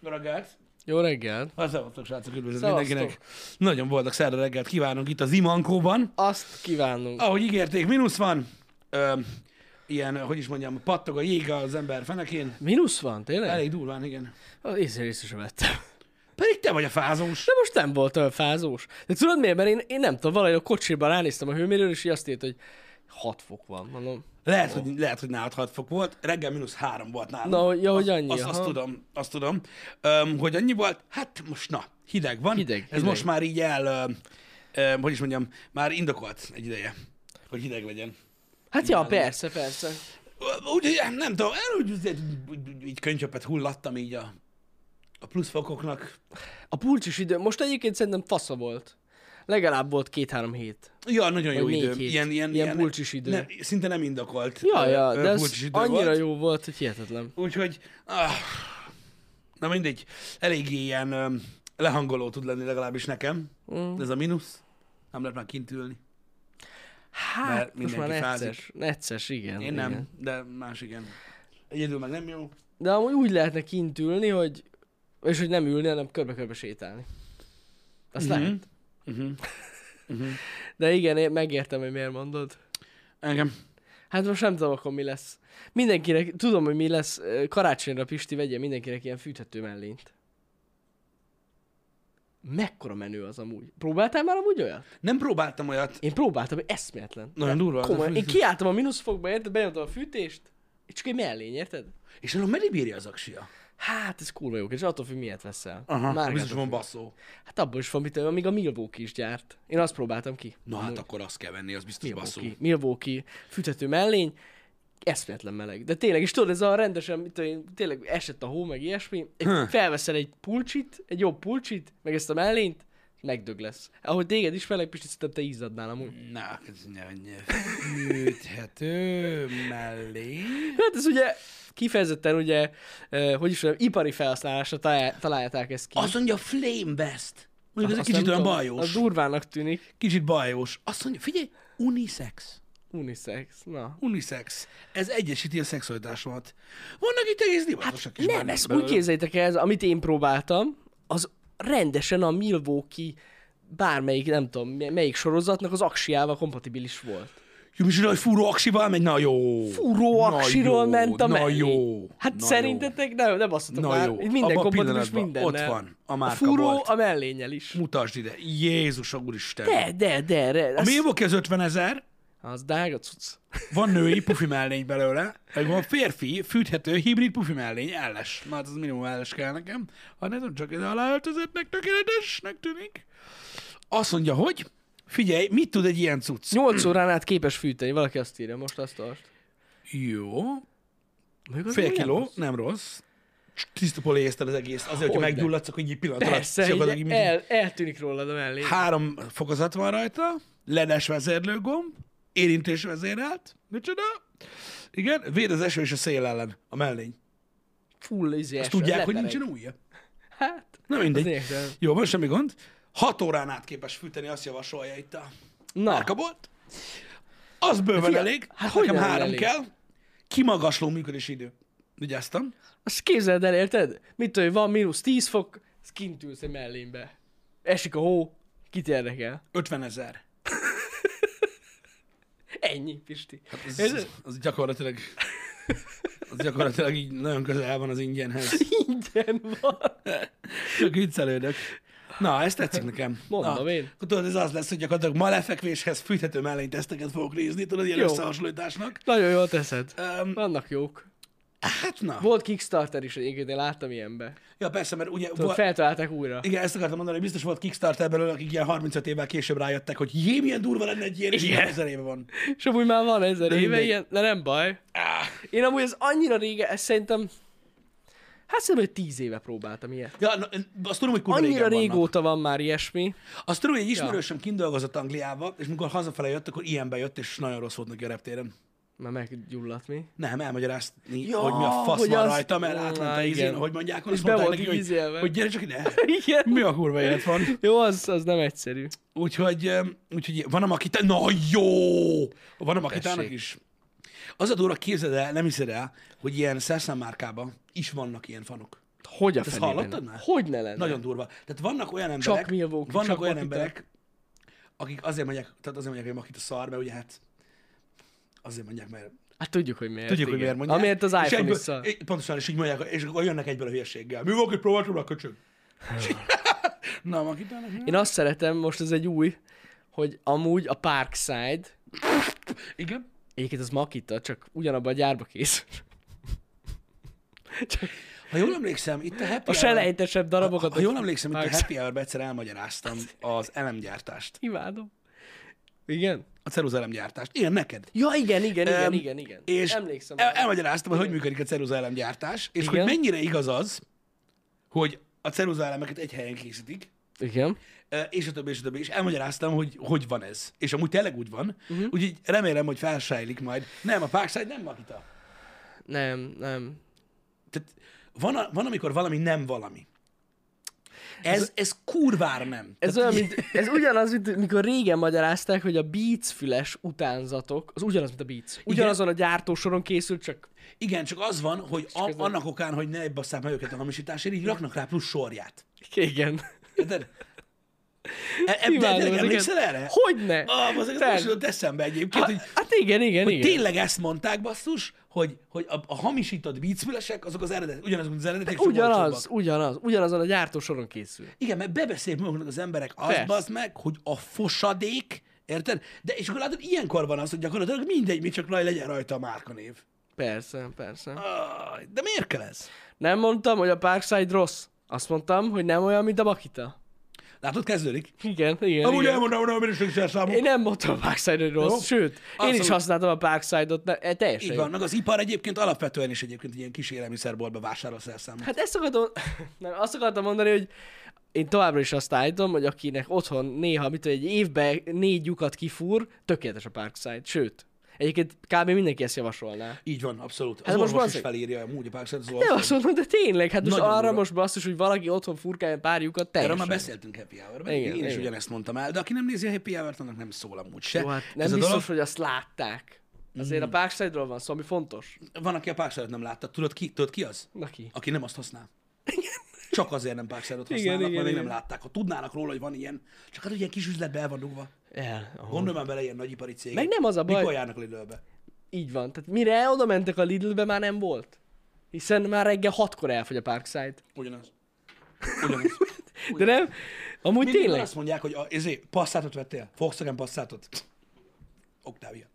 Jó reggelt! Jó reggel. Szevasztok, srácok, üdvözlök Szevasztok. mindenkinek! Nagyon boldog szerda reggelt kívánunk itt az Imankóban. Azt kívánunk. Ahogy ígérték, mínusz van. Ö, ilyen, hogy is mondjam, pattog a jég az ember fenekén. Mínusz van, tényleg? Elég. Elég durván, igen. Észre észre sem vettem. Pedig te vagy a fázós. De most nem volt olyan fázós. De tudod miért? Mert én, én nem tudom, valahogy a kocsiban ránéztem a hőmérőre, és így azt írt, hogy 6 fok van. Mondom, Lehet, hogy, lehet, hogy nálad 6 fok volt, reggel mínusz 3 volt nálam. Na, hogy- ja, hogy annyi, Azt, azt aha. tudom, azt tudom. Öm, hogy annyi volt, hát most na, hideg van. Hideg, Ez hideg. most már így el, öm, öm, hogy is mondjam, már indokolt egy ideje, hogy hideg legyen. hát ja, persze, persze. Úgy, eh, nem tudom, el úgy, úgy, úgy, így könycsöpet hullattam így a, a pluszfokoknak. A pulcsis idő, most egyébként szerintem fasza volt. Legalább volt két-három hét. Ja, nagyon jó Vagy négy idő. hét. Ilyen, ilyen, Ilyen pulcsis idő. Nem, szinte nem indokolt. Ja, ö, ja, ö, de ez pulcsis idő annyira volt. jó volt, hogy hihetetlen. Úgyhogy, ah, na mindegy, eléggé ilyen öm, lehangoló tud lenni legalábbis nekem. Mm. Ez a mínusz. Nem lehet már kint ülni. Mert Hát, most már mindenki fázik. necces, necces, igen. Én nem, Igen. de más igen. Egyedül meg nem jó. De amúgy úgy lehetne kint ülni, hogy, és hogy nem ülni, hanem körbe-körbe sétálni. Azt Mhm. lehet. Uh-huh. De igen, én megértem, hogy miért mondod. Engem. Hát most nem tudom, akkor mi lesz. Mindenkinek, tudom, hogy mi lesz. Ö, Karácsonyra Pisti vegye mindenkinek ilyen fűthető mellényt. Mekkora menő az amúgy. Próbáltál már amúgy olyat? Nem próbáltam olyat. Én próbáltam, hogy eszméletlen. Nagyon durva. az a Komolyan, én fűtés. kiálltam a mínuszfokba, érted? Benyomtam a fűtést, és csak egy mellény, érted? És arra meddig bírja az aksia? Hát ez kurva jó, és attól függ, miért veszel. Aha, Márkától biztos van függ. basszó. Hát abból is van, mit tudom, amíg a Milwaukee is gyárt. Én azt próbáltam ki. Na Amúgy. hát akkor azt kell venni, az biztos basszú. Milwaukee, Milwaukee fűtető mellény, eszméletlen meleg. De tényleg, és tudod, ez a rendesen, mit tudom én, tényleg esett a hó, meg ilyesmi, egy, Hm. felveszel egy pulcsit, egy jobb pulcsit, meg ezt a mellényt, megdög lesz. Ahogy téged is meleg, Pisti, szerintem te izzadnál amúgy. Na, ez műthető mellé. Hát ez ugye kifejezetten ugye, eh, hogy is mondjam, ipari felhasználásra talál, találták ezt ki. Azt mondja Flame Vest. Mondjuk ez Azt egy kicsit nem olyan tudom, bajós. Az durvának tűnik. Kicsit bajós. Azt mondja, figyelj, unisex. Unisex, na. Unisex. Ez egyesíti a szexualitásomat. Vannak itt egész divatosak is. Nem, benne ezt úgy belőle. képzeljétek el, ez, amit én próbáltam, az rendesen a Milwaukee bármelyik, nem tudom, mi- melyik sorozatnak az aksiával kompatibilis volt. Jó, micsoda, hogy furó aksival megy? Na jó. Furó Na aksiról jó, ment a na mellé. jó, Hát na szerintetek nem, nem azt mondtam Na már, jó, itt minden abban a kompatibilis pillanatban minden. ott van a a márka furó bolt. a mellénnyel is. Mutasd ide. Jézus, úristen. De, de, de, de. A Az, Milwaukee az 50 ezer, az drága cucc. Van női pufi mellény belőle, meg van férfi, fűthető, hibrid pufi mellény, elles. Na hát az minimum elles kell nekem. Ha nem csak ez aláöltözettnek tökéletesnek tűnik. Azt mondja, hogy figyelj, mit tud egy ilyen cucc? 8 órán át képes fűteni, valaki azt írja, most azt tartsd. Jó, Mondjuk az fél nem kiló, rossz. nem rossz. Tiszta polyészter az egész, azért, hogyha Hogyne. meggyulladsz, akkor így egy pillanat alatt Persze, szakad, így így mindig- Hát, el, eltűnik rólad a mellény. Három fokozat van rajta, ledes vezérlőgomb, érintés vezérelt, micsoda? Igen, véd az eső és a szél ellen, a mellény. Full izé Ezt tudják, hogy nincsen újja. Hát, Na mindegy. Az értem. Jó, van semmi gond. Hat órán át képes fűteni, azt javasolja itt a na. márkabolt. Az bőven Fia, elég. hát Hát nekem hogyan három elég? kell. Kimagasló működési idő. Vigyáztam. Azt képzeld el, érted? Mit tudom, van mínusz 10 fok, ezt kint ülsz egy mellénybe. Esik a hó, kit érdekel? 50 ezer. Ennyi, Pisti. Hát az, az, az, gyakorlatilag... Az gyakorlatilag így nagyon közel van az ingyenhez. Ingyen van. Csak viccelődök. Na, ez tetszik nekem. Mondom Na, én. Akkor tudod, ez az lesz, hogy gyakorlatilag ma lefekvéshez fűthető mellényteszteket fogok nézni, tudod, ilyen Jó. összehasonlításnak. Nagyon jól teszed. Um, Vannak jók. hát na. Volt Kickstarter is egyébként, én láttam ilyenbe. Ja, persze, mert ugye... Tudod, volt- feltalálták újra. Igen, ezt akartam mondani, hogy biztos volt Kickstarter belőle, akik ilyen 35 évvel később rájöttek, hogy jé, milyen durva lenne egy ilyen, és Igen. ilyen ezer éve van. És amúgy már van ezer De éve mindegy. Ah. ilyen, de nem baj. Áh. Én amúgy ez annyira régen, ezt szerintem... Hát szerintem, hogy tíz éve próbáltam ilyet. Ja, na, azt tudom, hogy kurva Annyira régen vannak. régóta van már ilyesmi. Azt tudom, hogy egy ismerősöm kint dolgozott Angliába, és mikor hazafele jött, akkor ilyenbe jött, és nagyon rossz volt neki a reptéren. Már meggyulladt mi. Nem, elmagyarázni, Ja, ja, hogy mi a fasz hogy hogy van az- az... rajta, mert Ó, átment na, a izén, igen. hogy mondják, És azt be mondták volt neki, hogy, ízelve. hogy gyere csak ide. Igen. Mi a kurva élet van? Jó, az, az nem egyszerű. Úgyhogy, öm, úgyhogy van a makita... Na jó! Van a makitának Tessék. is. Az a durva, képzeld el, nem hiszed el, hogy ilyen szerszámmárkában is vannak ilyen fanok. Hogy a Ezt fenében? hallottad már? Hogy ne lenne? Nagyon durva. Tehát vannak olyan Csak emberek, Milwaukee, vannak csak olyan Makita. emberek, akik azért mondják, tehát azért mondják, hogy Makita szar, mert ugye hát azért mondják, mert Hát tudjuk, hogy miért. tudjuk, hogy igen. miért mondják. Amiért az És iPhone egyből- is szar. é, Pontosan, és így mondják, és akkor jönnek egyből a hülyeséggel. Mi volt, hogy próbáltam a köcsög? És így- Na, Makita, Én azt szeretem, most ez egy új, hogy amúgy a Parkside, igen. egyébként az Makita, csak ugyanabban a gyárba kész. Csak Ha jól emlékszem, itt a Happy a selejtesebb darabokat. Ha jól emlékszem, itt a Parkside- Happy Hour-ben egyszer elmagyaráztam az elemgyártást. Imádom. Igen? A ceruza elemgyártást. Igen, neked. Ja, igen, igen, igen, Öm, igen, igen. És Emlékszem. El, elmagyaráztam, hogy hogy működik a ceruza elemgyártás, és Igen. hogy mennyire igaz az, hogy a ceruza elemeket egy helyen készítik, Igen. ö, és a többi, és a többi, és elmagyaráztam, hogy hogy van ez. És amúgy tényleg úgy van, Mhm. uh-huh. úgyhogy remélem, hogy felsájlik majd. Nem, a Parkside nem Makita. Nem, nem. Tehát van, a, van, amikor valami nem valami. Ez, ez kurvára nem. Ez, olyan, mint, ez ugyanaz, mint mikor régen magyarázták, hogy a Beats füles utánzatok, az ugyanaz, mint a Beats. Ugyanazon a gyártósoron készült, csak Igen, csak az van, hogy a, közben- annak okán, hogy ne basszák meg őket a hamisításért, így raknak rá plusz sorját. igen. Érted? E, e, de tényleg ezeket. emlékszel erre? Hogyne? Ah, az Persze. most jutott eszembe egyébként, hogy, Hát igen, igen, hogy igen. tényleg ezt mondták, basszus, hogy, hogy a, a hamisított bícfülesek, azok az eredet, ugyanazok, mint az eredetek, csak Ugyanaz, olcsóbbak. ugyanaz, ugyanazon a gyártósoron készül. Igen, mert bebeszélik maguknak az emberek azt Persze. bazd meg, hogy a fosadék, érted? De és akkor látod, ilyenkor van az, hogy gyakorlatilag mindegy, mi csak raj legyen rajta a márkanév. Persze, persze. Aj, De miért kell ez? Ah. Nem mondtam, hogy a Parkside rossz. Azt mondtam, hogy nem olyan, mint a Makita. Látod, kezdődik? Igen, igen, Amúgy igen. elmondom, hogy a minőség számunk. Én nem mondtam a Parkside, hogy Jó. rossz, sőt, én Abszolút. is használtam a Parkside-ot, ne, e, teljesen. Így van, meg az ipar egyébként alapvetően is egyébként egy ilyen kis élelmiszerboltba vásárol szerszámot. Hát ezt akartam, nem, azt akartam mondani, hogy én továbbra is azt állítom, hogy akinek otthon néha, mit tudom, egy évben négy lyukat kifúr, tökéletes a Parkside. Sőt, egyébként kb. mindenki ezt javasolná. Így van, abszolút. Az Hát hát most orvos most is bazzik. felírja amúgy a Parkside az De orvos. azt mondom, de tényleg, hát most Nagyon arra durva. most basszus, hogy valaki otthon furkálja pár lyukat, Erről teljesen. már beszéltünk Happy Hour-ben. Igen, Én is igen. ugyanezt mondtam el, de aki nem nézi a Happy Hour-t, annak nem szól amúgy se. Jó, hát nem Ez a biztos, dolog. hogy azt látták. Azért Mm. a Parkside-ról van szó, ami fontos. Van, aki a Parkside-ot nem látta. Tudod ki, tudod ki az? Na ki? Aki nem azt használ. Csak azért nem Parkside-ot használnak, igen, mert még igen. nem látták. Ha tudnának róla, hogy van ilyen, csak hát ugye egy kis üzletbe el van dugva. El. ahol- Gondolj már bele ilyen nagyipari cégek. Meg nem az a baj. Mikor járnak Lidlbe? Így van. Tehát mire oda mentek a Lidlbe, már nem volt. Hiszen már reggel hatkor elfogy a Parkside. Ugyanaz. Ugyanaz. De nem? Amúgy Mindig tényleg. azt mondják, hogy a, ezé, passzátot vettél? Volkswagen passzátot? Octavia.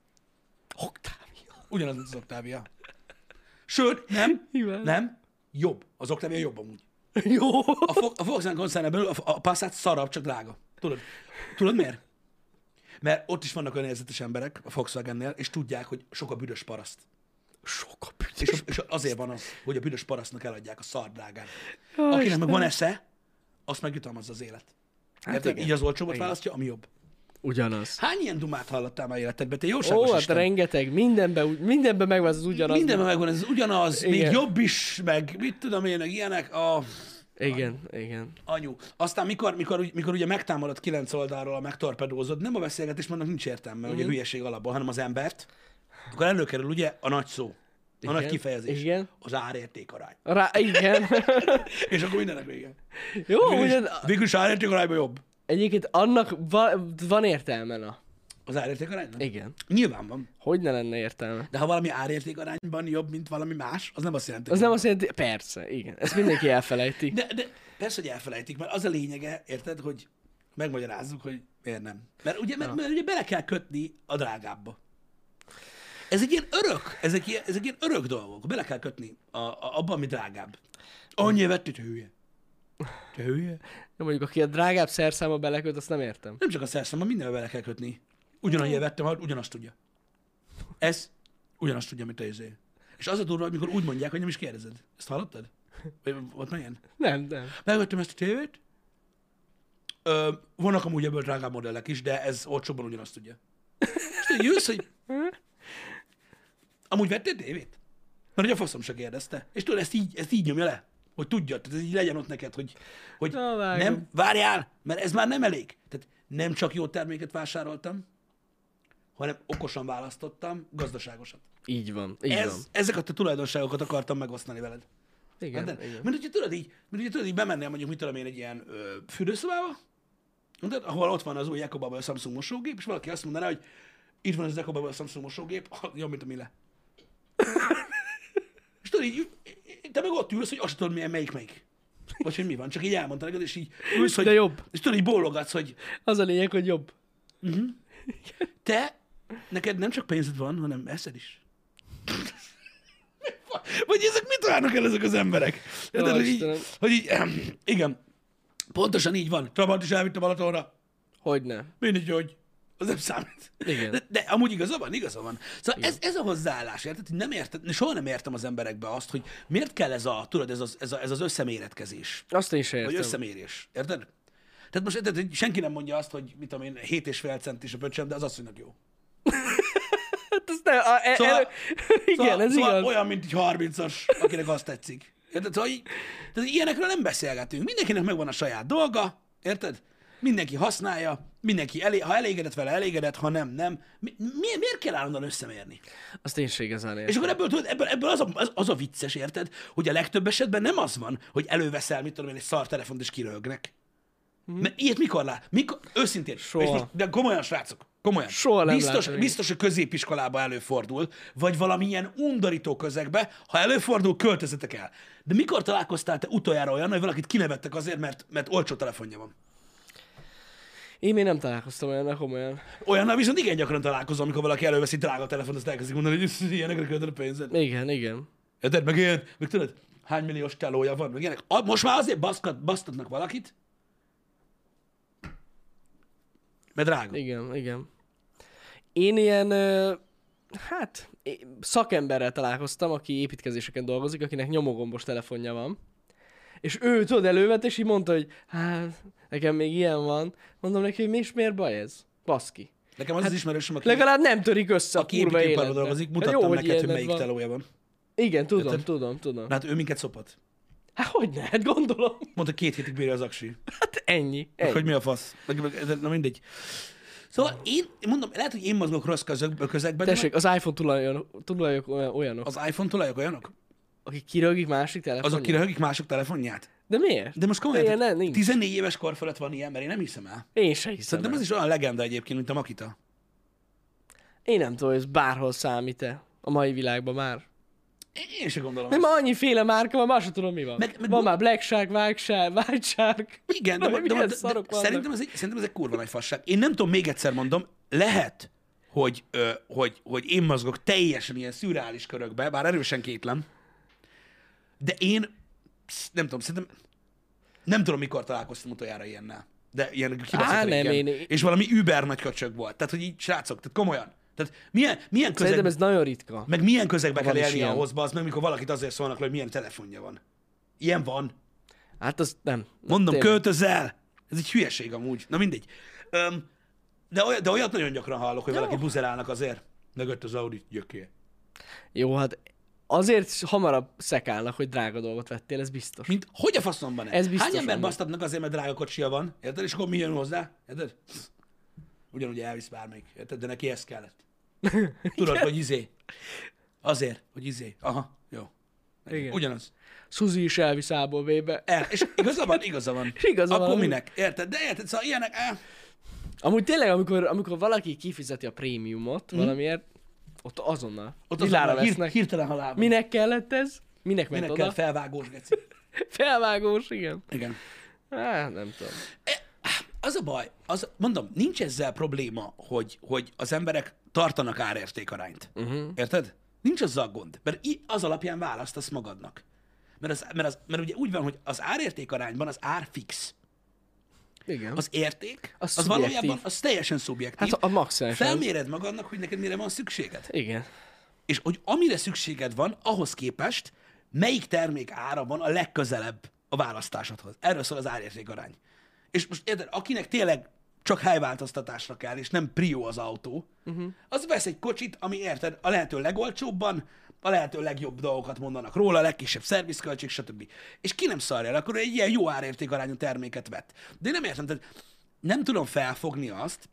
Oktávia. Ugyanaz, mint az Octavia. Sőt, nem, Nyilván. nem, jobb. Az Octavia jobb amúgy. Jó. A, Fo- a Volkswagen koncernen belül a, a Passat szarabb, csak drága. Tudod? Tudod miért? Mert ott is vannak olyan érzetes emberek a Volkswagennél, és tudják, hogy sok a büdös paraszt. Sok a büdös. És, és azért van az, hogy a büdös parasztnak eladják a szardrágát. Akinek meg van esze, azt meg jutalmazza az élet. Érted? Hát igen. Így az olcsóbbat választja, ami jobb. Ugyanaz. Hány ilyen dumát hallottál már életedben? Te Ó, jóságos hát Isten. rengeteg. Mindenben, úgy- mindenben megvan az ugyanaz. Mindenben megvan, ez ugyanaz, Igen. még Igen. jobb is, meg mit tudom én, meg ilyenek, a Igen, igen. anyu. Aztán mikor, mikor, ugy- mikor ugye megtámadod kilenc oldalról a megtorpedózod, nem a beszélgetés, mert annak nincs értelme, mm-hmm. ugye Mhm. hülyeség alapból, hanem az embert, akkor előkerül ugye a nagy szó, a Igen. nagy kifejezés, Igen. az árértékarány. Rá, igen. És akkor mindenek vége. Jó, ugyan, Végülis, végülis árértékarányban jobb. egyébként annak va, van értelme, na. Az árértékaránynak? Igen. Nyilván van. Hogy ne lenne értelme? De ha valami árértékarányban jobb, mint valami más, az nem azt jelenti, Az hogy nem azt jelenti, persze, igen. Ezt mindenki elfelejti. De, de persze, hogy elfelejtik, mert az a lényege, érted, hogy megmagyarázzuk, hogy miért nem. Mert ugye, mert, mert ugye bele kell kötni a drágábba. Ez egy ilyen örök, ezek ilyen, ezek ilyen örök dolgok. Bele kell kötni a, a, abba, ami drágább. Annyi vettük, te hülye. Te hülye? De mondjuk, aki a drágább szerszámba beleköt, azt nem értem. Nem csak a szerszámban, mindenbe bele kell kötni. Ugyanannyi vettem, ha ugyanazt tudja. Ez ugyanazt tudja, mint a izé. És az a durva, amikor úgy mondják, hogy nem is kérdezed. Ezt hallottad? Vagy volt már ilyen? Nem, nem. Megvettem ezt a tévét. Ö, vannak amúgy ebből drágább modellek is, de ez olcsóban ugyanazt tudja. És te jössz, hogy... Amúgy vettél tévét? Mert hogy a faszom se kérdezte. És tudod, ezt így, ezt így nyomja le. Hogy tudja, tehát ez így legyen ott neked, hogy, hogy Na, vágom. nem, várjál, mert ez már nem elég. Tehát nem csak jó terméket vásároltam, hanem okosan választottam, gazdaságosat. Így van, így van. Ez, ezeket a tulajdonságokat akartam megosztani veled. Igen, hát, de- igen. Mint hogyha tudod így, mint hogyha tudod így bemennél mondjuk, mit tudom én, egy ilyen ö, fürdőszobába, tudod, ahol ott van az új Jakobaba a Samsung mosógép, és valaki azt mondaná, hogy itt van az Jakobaba a Samsung mosógép, jobb, mint a Mille. és tudod így, te meg ott ülsz, hogy azt se tudod, milyen, melyik melyik. Vagy hogy mi van, csak így elmondta neked, és így ülsz, hogy... De jobb. És tudod, így bólogatsz, hogy Az a lényeg, hogy jobb. te, neked nem csak pénzed van, hanem eszed is. Vagy ezek mit találnak el ezek az emberek? Jó, Érted, hogy, Istenem. így, hogy így, igen, pontosan így van. Trabant is elvitt a Balatonra. Hogyne. Mindegy, hogy az nem számít. Igen. De, de amúgy igaza van, igaza van. Szóval ez, ez a hozzáállás, érted? Hogy Nem érted, soha nem értem az emberekbe azt, hogy miért kell ez a, tudod, ez az, ez, a, ez az összeméretkezés. Azt én sem Vagy értem. összemérés. Érted? Tehát most érted, hogy senki nem mondja azt, hogy mit tudom én, 7,5 centis a pöcsöm, de az asszonynak jó. Hát ez nem, a, e, Szóval- szóval, igen, Szóval, ez szóval igaz. olyan, mint egy 30-as, akinek azt tetszik. Érted? Szóval így, tehát ilyenekről nem beszélgetünk. Mindenkinek megvan a saját dolga, érted? Mindenki használja, mindenki, elé, ha elégedett vele, elégedett, ha nem, nem. Mi, mi, miért kell állandóan összemérni? Azt én sem igazán És értem. akkor ebből, tudod, ebből, ebből az, a, az, az a vicces, érted? Hogy a legtöbb esetben nem az van, hogy előveszel, mit tudom én, egy szar telefont, és kiröhögnek. Mert ilyet mikor lát? Mikor? Őszintén. Hm? Soha. És most, de komolyan, srácok. Komolyan. Soha nem biztos, látom én. biztos, hogy középiskolába előfordul, vagy valamilyen undorító közegbe, ha előfordul, költözetek el. De mikor találkoztál te utoljára olyan, hogy valakit kinevettek azért, mert, mert olcsó telefonja van? Én még nem találkoztam olyannal komolyan. Olyannal viszont igen gyakran találkozom, amikor valaki előveszi drága telefont, azt elkezdik mondani, hogy "Sz, ilyenekre költöd a pénzed. Igen, igen. Érted? Meg ilyen, meg tudod, hány milliós telója van, meg ilyenek. A- Most már azért baszkat, basztatnak valakit, mert drága. Igen, igen. Én ilyen, ö, hát é- szakemberrel találkoztam, aki építkezéseken dolgozik, akinek nyomogombos telefonja van. És ő, tudod, elővet, és így mondta, hogy hát, nekem még ilyen van. Mondom neki, hogy mi is miért baj ez? Baszki. Nekem az az ismerősöm, aki, Hát Legalább nem törik össze a, aki kurva építőiparban életben. dolgozik, Hát mutattam hogy neked, hogy ilyened melyik van. telója van. Igen, tudom, Érted? tudom, tudom. Na hát ő minket szopott. Hát hogy ne? Hát gondolom. Mondta, két hétig bírja az aksi. Hát ennyi. Meg, ennyi. Hogy mi a fasz. Meg- meg- de- Na mindegy. Szóval én, mondom, lehet, hogy én mozgok rossz közeg- közegben, de Tessék, az iPhone tulajok, tulajok olyan- olyanok, az... az iPhone tulajok olyanok? Hát akik kirögik másik telefonját. Azok kiröhögik mások telefonját? De miért? De most komolyan, De ilyen tehát nem, nincs. 14 éves kor fölött van ilyen, mert én nem hiszem el. Én se hiszem. Szerintem el. ez is olyan legenda egyébként, mint a Makita. Én nem tudom, hogy ez bárhol számít-e a mai világban már. Én sem gondolom. Mert ma annyiféle márka van, már sem tudom mi van. Meg- meg van gond- már Black Shark, White Shark, White Shark. Igen, de, Vagy de, de, milyen de, szarok de vannak. szerintem, ez egy, szerintem ez egy kurva nagy fasság. Én nem tudom, még egyszer mondom, lehet, hogy, ö, hogy, hogy én mozgok teljesen ilyen szürreális körökbe, bár erősen kétlem, de én psz, nem tudom, szerintem nem tudom, mikor találkoztam utoljára ilyennel. De ilyen kibaszott nem, régen. én- És valami über nagy köcsög volt. Tehát, hogy így, srácok, tehát komolyan. Tehát milyen, milyen közeg, Szerintem ez nagyon ritka. meg milyen közegbe kell Van is élni ilyen. ahhoz, az meg, mikor valakit azért szólnak, le, hogy milyen telefonja van. Ilyen van. Hát az nem. Mondom, Tényleg. költözel! Ez egy hülyeség amúgy. Na mindegy. Öm, de, olyat, de olyat nagyon gyakran hallok, hogy valaki buzerálnak azért. Megött az Audi gyökér. Jó, hát azért hamarabb szekálnak, hogy drága dolgot vettél, ez biztos. Mint hogy a faszom van Ez biztos Hány ember amúgy. basztatnak azért, mert drága kocsia van, érted? És akkor mi jön hozzá, érted? Ugyanúgy elvisz bármelyik, érted? De neki ez kellett. Tudod, hogy izé. Azért, hogy izé. Aha, jó. Igen. Ugyanaz. Suzy is elvisz E- ából vébe. El, és igaza van, igaza van. És igaza van, Akkor amúgy. minek? Érted? De érted, szóval ilyenek. áh. Amúgy tényleg, amikor, amikor valaki kifizeti a prémiumot mm. valamiért, ott azonnal. Mhm. Ott Ott az azonnal van, hir- vesznek. hirtelen halál. van. Minek kellett ez? Minek ment Minek oda? kell felvágós, geci. Felvágós, igen. Igen. Hát, nem tudom. E, Az a baj, az, mondom, nincs ezzel probléma, hogy, hogy az emberek tartanak árértékarányt. Uh-huh. Érted? Nincs azzal gond, mert i- az alapján választasz magadnak. Mert, az, mert, az, mert ugye úgy van, hogy az árértékarányban az ár fix. Igen. Az Az érték, Az az, az szubjektív. valójában az teljesen szubjektív. hát a maximális. nem? Felméred magadnak, hogy neked mire van szükséged. Igen. és hogy amire szükséged van, ahhoz képest melyik termék ára van a legközelebb a választásodhoz. Erről szól az árértékarány. És most érted, akinek tényleg csak helyváltoztatásra kell, és nem prio az autó, uh-huh. az vesz egy kocsit, ami érted, a lehető legolcsóbban, a lehető legjobb dolgokat mondanak róla, a legkisebb szervizköltség, stb. És ki nem szarja el, akkor ő egy ilyen jó árértékarányú terméket vett. De én nem értem, tehát nem tudom felfogni azt,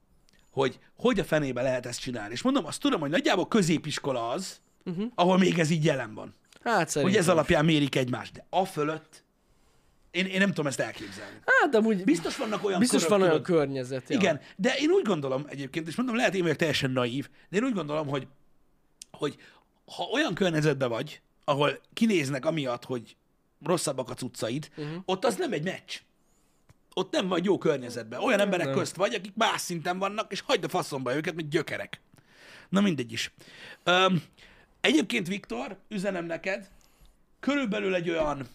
hogy hogy a fenébe lehet ezt csinálni. És mondom, azt tudom, hogy nagyjából középiskola az, uh-huh. ahol még ez így jelen van. Hát Mhm. szerintem. hogy ez alapján mérik egymást. De a fölött, én, én nem tudom ezt elképzelni. Hát amúgy biztos, Biztos vannak olyan biztos körök, van olyan tudod- környezet. Ja. Igen, de én úgy gondolom egyébként, és mondom, lehet én vagyok teljesen naív, de én úgy gondolom, hogy, hogy ha olyan környezetben vagy, ahol kinéznek amiatt, hogy rosszabbak a cuccaid, uh-huh. ott az nem egy meccs. Ott nem vagy jó környezetben. Olyan emberek nem. közt vagy, akik más szinten vannak, és hagyd a faszomba őket, mint gyökerek. Na mindegy is. Öm, egyébként, Viktor, üzenem neked, körülbelül egy olyan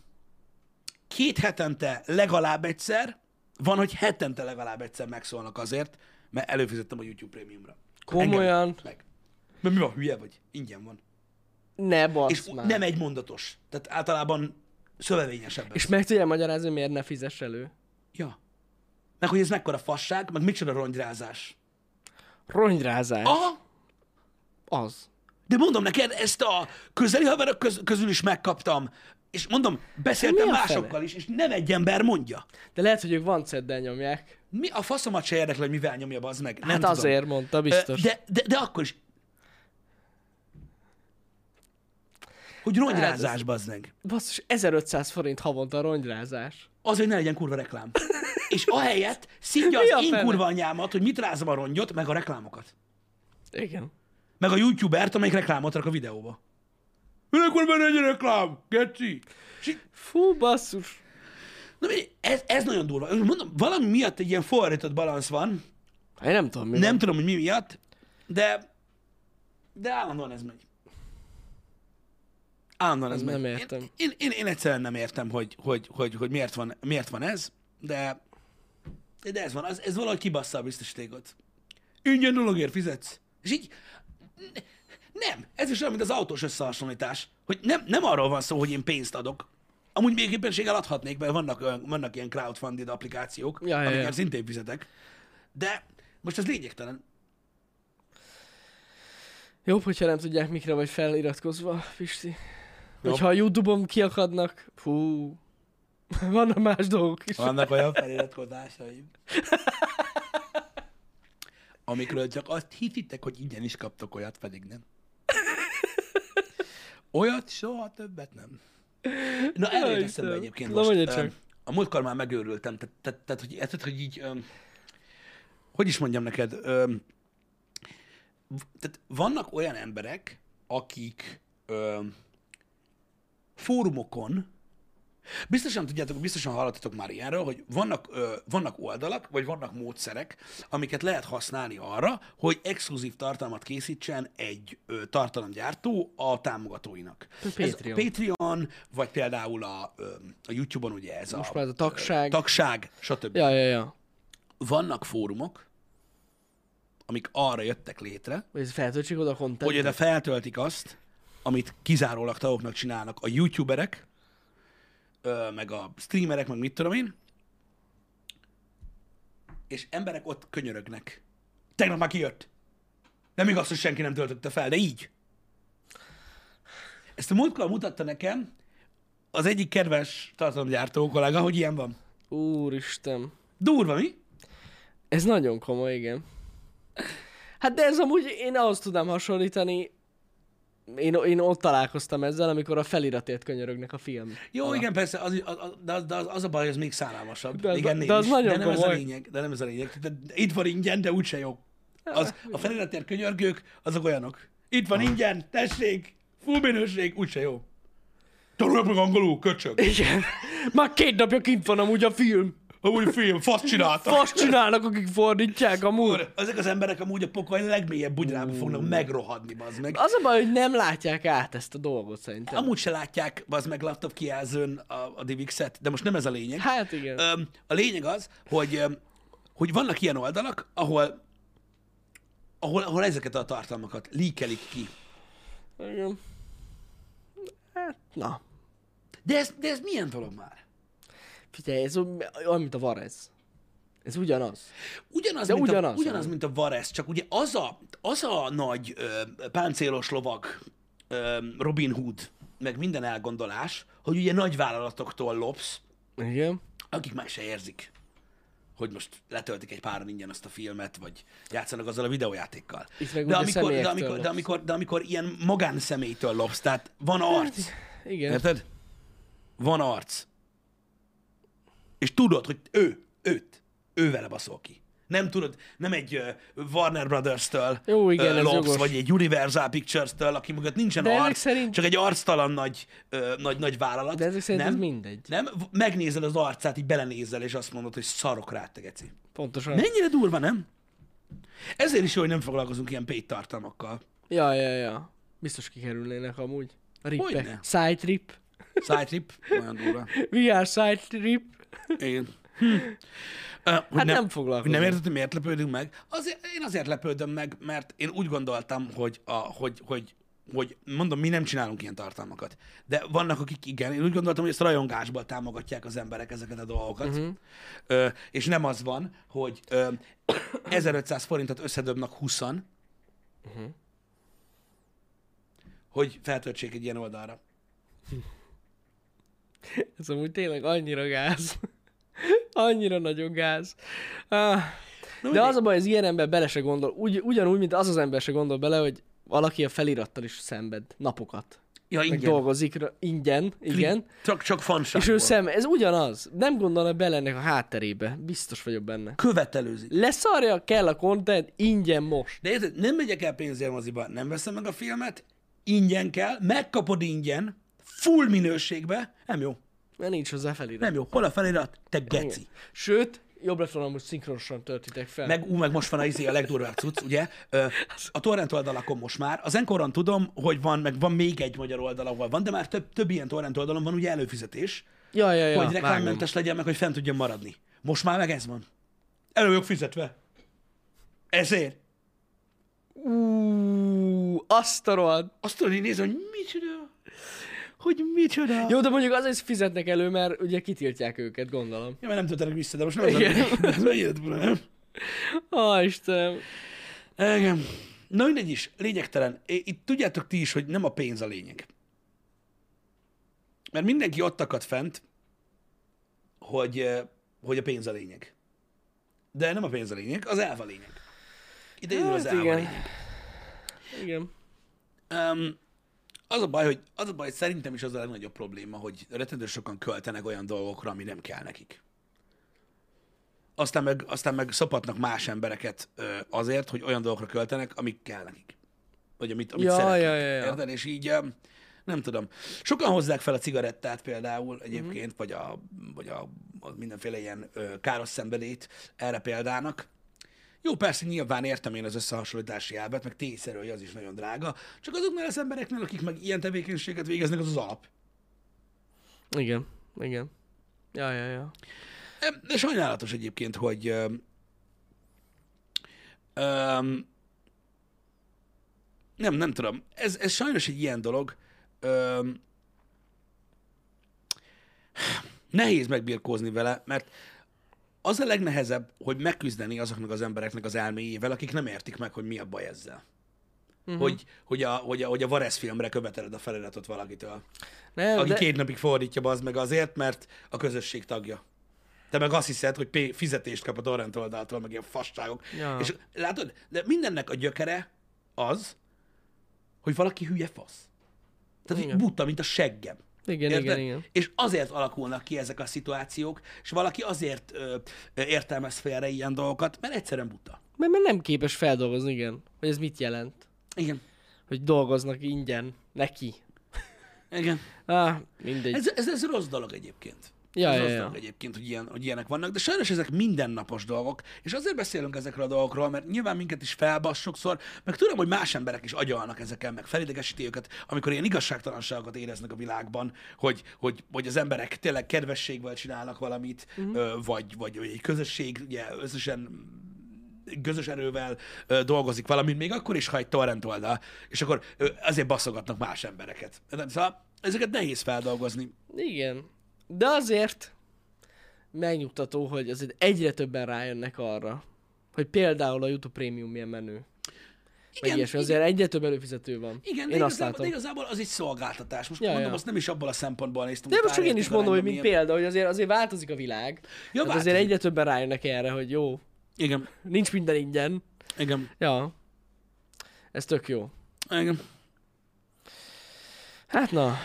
két hetente legalább egyszer, van, hogy hetente legalább egyszer megszólnak azért, mert előfizettem a YouTube Premiumra. Komolyan? Engem, meg. Mert mi van, hülye vagy? Ingyen van. Ne basz És és már. nem egy mondatos. Tehát általában szövevényesebb. És meg tudja magyarázni, hogy miért ne fizes elő. Ja. Meg hogy ez mekkora fasság, meg micsoda rongyrázás. Rongyrázás. Aha, Az. de mondom neked, ezt a közeli haverok köz, közül is megkaptam, és mondom, beszéltem mi a fene? másokkal is, és nem egy ember mondja. De lehet, hogy ők van szeddel nyomják. Mi a faszomat se érdekel, hogy mivel nyomja az meg. Nem Hát tudom. azért mondta, biztos. De, de, de akkor is. Hogy Hát rongyrázás, bazd meg. Basszus, 1500 forint havonta a rongyrázás. Az, hogy ne legyen kurva reklám. És ahelyett szidja Mi a az én fene? kurva anyámat, hogy mit rázom a rongyot, meg a reklámokat. Igen. Meg a youtubert, amelyik reklámot rak a videóba. Minek kurva ne legyen reklám? Geci! És így- Fú, basszus. Na, mindegy, ez, ez nagyon durva. Mondom, valami miatt egy ilyen fordított balansz van, Hát, Én nem tudom, mi Nem tudom, hogy mi miatt, de, de állandóan ez megy. Állandóan ez Nem megy. értem. Én, én, én, én egyszerűen nem értem, hogy, hogy, hogy, hogy miért, van, miért van ez, de, de ez van. Ez, ez valahogy kibassza a biztosítékot. Ingyen dologért fizetsz. És így, n- nem, ez is olyan, mint az autós összehasonlítás, hogy nem, nem arról van szó, hogy én pénzt adok, Amúgy még éppenséggel adhatnék, mert vannak, olyan, vannak ilyen crowdfunded applikációk, Ja, ja, ja. amiket szintén fizetek. De most ez lényegtelen. Jobb, hogyha nem tudják mikre vagy feliratkozva, Pisti. Hogyha a Youtube-on kiakadnak, fú, vannak más dolgok is. Vannak olyan feliratkozásaim, amikről csak azt hittitek, hogy ingyen is kaptok olyat, pedig nem. Olyat soha többet nem. Na, erről jut eszembe Istenem. egyébként Na, most. mondja öm, csak. A múltkor már megőrültem, tehát, tehát, tehát hogy, tehát, hogy így, öm, hogy is mondjam neked, öm, v- tehát vannak olyan emberek, akik öm, fórumokon, Biztosan tudjátok, biztosan hallottatok már ilyenről, hogy vannak, ö, vannak oldalak, vagy vannak módszerek, amiket lehet használni arra, hogy exkluzív tartalmat készítsen egy ö, tartalomgyártó a támogatóinak. Ez a Patreon. Patreon, vagy például a, ö, a YouTube-on ugye ez Most a már ez a tagság. tagság, stb. Ja, ja, ja. Vannak fórumok, amik arra jöttek létre, Vagy ez feltöltsék oda a hogy kontentet. oda feltöltik azt, amit kizárólag tagoknak csinálnak a youtuberek, ö, meg a streamerek, meg mit tudom én, és emberek ott könyörögnek. Tegnap már kijött. Nem igaz, hogy senki nem töltötte fel, de így. Ezt a múltkor mutatta nekem az egyik kedves tartalomgyártó kollega, hogy ilyen van. Úristen. Durva, mi? Ez nagyon komoly, igen. Hát de ez amúgy, én ahhoz tudnám hasonlítani, én, én ott találkoztam ezzel, amikor a feliratért könyörögnek a film. Jó, igen, persze, az, az, az, de az, de az, az a baj, az még szállalmasabb. De az- igen, de én az is. nagyon de nem ez a komoly. lényeg, de nem ez a lényeg. De, de itt van ingyen, de úgyse jó. Az, hát a feliratért könyörgők, azok olyanok. Itt van ingyen, tessék, full minőség, úgyse jó. Tanulj meg angolul, köcsög. Igen. Már két napja kint van amúgy a film. Amúgy film, fasz csináltak. Fasz csinálnak, akik fordítják amúgy. Ezek az emberek amúgy a pokoly legmélyebb bugyrába fognak megrohadni, bazd meg. Az a baj, hogy nem látják át ezt a dolgot szerintem. Amúgy se látják, bazd meg laptop kijelzőn a, a DivX-et, de most nem ez a lényeg. Hát igen. Öm, a lényeg az, hogy, öm, hogy vannak ilyen oldalak, ahol, ahol, ahol ezeket a tartalmakat líkelik ki. Igen. Hát, na. De ez, de ez milyen dolog már? Figyelj, ez olyan, olyan, mint a Varez. Ez ugyanaz. Ugyanaz, De mint, ugyanaz, ugyanaz, a, ugyanaz nem? mint a Varez, csak ugye az a, az a nagy ö, páncélos lovag, ö, Robin Hood, meg minden elgondolás, hogy ugye nagy vállalatoktól lopsz, Igen. akik meg se érzik, hogy most letöltik egy páran ingyen azt a filmet, vagy játszanak azzal a videójátékkal. Itt meg de, ugye amikor, de, személyektől amikor, de, lopsz. amikor, de amikor ilyen magánszemélytől lopsz, tehát van arc, Hát, Igen. Érted? Van arc. És tudod, hogy ő, őt, ő vele baszol ki. Nem tudod, nem egy uh, Warner Brothers-től, Jó, igen, ö, ez jogos. vagy egy Universal Pictures-től, aki mögött nincsen De ezek arc, szerint- csak egy arctalan nagy, ö, nagy, nagy vállalat. De ezek szerint nem, ez mindegy. nem, V- megnézel az arcát, így belenézel, és azt mondod, hogy szarok rá, te geci. Pontosan. Mennyire durva, nem? Ezért is jó, hogy nem foglalkozunk ilyen paid tartalmakkal. Ja, ja, ja. Biztos kikerülnének amúgy. Hogyne. Rippek. Side trip. Sidetrip, olyan durva. VR side trip. Igen. Hm. Ö, hogy Hát nem, nem Hogy foglalkozom. nem érted, hogy miért lepődünk meg? Azért, én azért lepődöm meg, mert én úgy gondoltam, hogy, a, hogy, hogy, hogy mondom, mi nem csinálunk ilyen tartalmakat. De vannak, akik igen, én úgy gondoltam, hogy ezt rajongásból támogatják az emberek ezeket a dolgokat. Mhm. Uh-huh. Ö, és nem az van, hogy ö, 1500 forintot összedobnak 20 uh-huh. Mhm. hogy feltöltsék egy ilyen oldalra. Ez amúgy tényleg annyira gáz. annyira nagyon gáz. Ah. De mindegy. az a baj, az ilyen ember bele se gondol. Ugy, ugyanúgy, mint az az ember se gondol bele, hogy valaki a felirattal is szenved napokat. Ja, Meg ingyen. dolgozik rá- ingyen, igen. Csak, csak És ő fanságból. szem, ez ugyanaz. Nem gondolna bele ennek a hátterébe. Biztos vagyok benne. Követelőzik. Leszarja kell a content ingyen most. De érted, nem megyek el pénzért moziba, nem veszem meg a filmet, ingyen kell, megkapod ingyen, full minőségbe, nem jó, Mert nincs hozzá felirat. nem jó. Hol a felirat? Te geci. Sőt, jobb lett volna, hogy szinkronosan töltitek fel. Meg, ú, meg most van a izé a legdurvább cucc, ugye? Ö, A torrent oldalakon most már. Az Enkoron tudom, hogy van, meg van még egy magyar oldal, ahol van, de már több, több ilyen torrent oldalon van ugye előfizetés, Ja, ja, ja. hogy vágom. reklámmentes legyen, meg hogy fent tudjon maradni. Most már meg ez van. Elő vagyok fizetve. Ezért. Ú, azt a rohadt. Azt tudod, így nézem, hogy micsoda. Hogy micsoda. Jó, de mondjuk azért fizetnek elő, mert ugye kitiltják őket, gondolom. Ja, mert nem töltenek vissza, de most nem Igen. tudom, ez mennyire durva, nem? Á, Istenem. Igen. Na mindegy is, lényegtelen. I- Itt tudjátok ti is, hogy nem a pénz a lényeg. Mert mindenki ott akad fent, hogy, eh, hogy a pénz a lényeg. De nem a pénz a lényeg, az elv a lényeg. Ide jön az Hát elv a igen. lényeg. Igen. Um, az a baj, hogy az a baj, hogy szerintem is az a legnagyobb probléma, hogy rettentő sokan költenek olyan dolgokra, ami nem kell nekik. Aztán meg, aztán meg szopatnak más embereket ö, azért, hogy olyan dolgokra költenek, amik kell nekik. Vagy amit, amit Ja, szeretnek. ja, ja, ja. Érted? És így öm, nem tudom. Sokan hozzák fel a cigarettát például egyébként, mm-hmm. vagy, a, vagy a, a mindenféle ilyen ö, káros szenvedélyt erre példának. Jó, persze nyilván értem én az összehasonlítási elvet, meg tényszerű, hogy az is nagyon drága, csak azoknál az embereknél, akik meg ilyen tevékenységet végeznek, az az alap. Igen. Igen. Ja, ja, ja. Em, De sajnálatos egyébként, hogy öm, öm, nem, nem tudom. Ez, ez sajnos egy ilyen dolog. Öm, nehéz megbirkózni vele, mert az a legnehezebb, hogy megküzdeni azoknak az embereknek az elméjével, akik nem értik meg, hogy mi a baj ezzel. Uh-huh. Hogy, hogy, a, hogy, a, hogy a Varez filmre követeled a feliratot valakitől. Nem, Aki de... két napig fordítja az meg azért, mert a közösség tagja. Te meg azt hiszed, hogy pé- fizetést kap a torrent oldaltól, meg ilyen fasságok. Ja. És látod, de mindennek a gyökere az, hogy valaki hülye fasz. Tehát, hogy Igen. buta, mint a seggem. Igen, Érted? igen, igen. És azért alakulnak ki ezek a szituációk, és valaki azért ö, ö, értelmez félre ilyen dolgokat, mert egyszerűen buta. Mert, mert nem képes feldolgozni, igen. Hogy ez mit jelent. Igen. Hogy dolgoznak ingyen neki. Igen. Ah, mindegy. Ez, ez, ez rossz dolog egyébként. Ja, ez ja, rossz ja. dolog egyébként, hogy, ilyen, hogy ilyenek vannak, de sajnos ezek mindennapos dolgok, és azért beszélünk ezekről a dolgokról, mert nyilván minket is felbasz sokszor, meg tudom, hogy más emberek is agyalnak ezeken, meg felidegesíti őket, amikor ilyen igazságtalanságokat éreznek a világban, hogy, hogy, hogy az emberek tényleg kedvességvel csinálnak valamit, Mhm. ö, vagy, vagy egy közösség, ugye összesen közös erővel ö, dolgozik valamint, még akkor is, ha egy torrent oldal, és akkor ö, azért baszogatnak más embereket. Szóval ezeket nehéz feldolgozni. Igen. De azért megnyugtató, hogy azért egyre többen rájönnek arra, hogy például a YouTube Premium milyen menő. Igen, ilyesmi. Azért egyre több előfizető van. Igen, de, én azt igazából, látom. de igazából az egy szolgáltatás. Most Ja, ja, mondom, ja. azt nem is abból a szempontból néztem. De hogy most csak én pár is éve mondom, hogy rányom mint ilyen- példa, hogy azért, azért változik a világ. Ja, hát azért változik. egyre többen rájönnek erre, hogy jó, Igen, nincs minden ingyen. igen, Ja. Ez tök jó. igen. Hát na,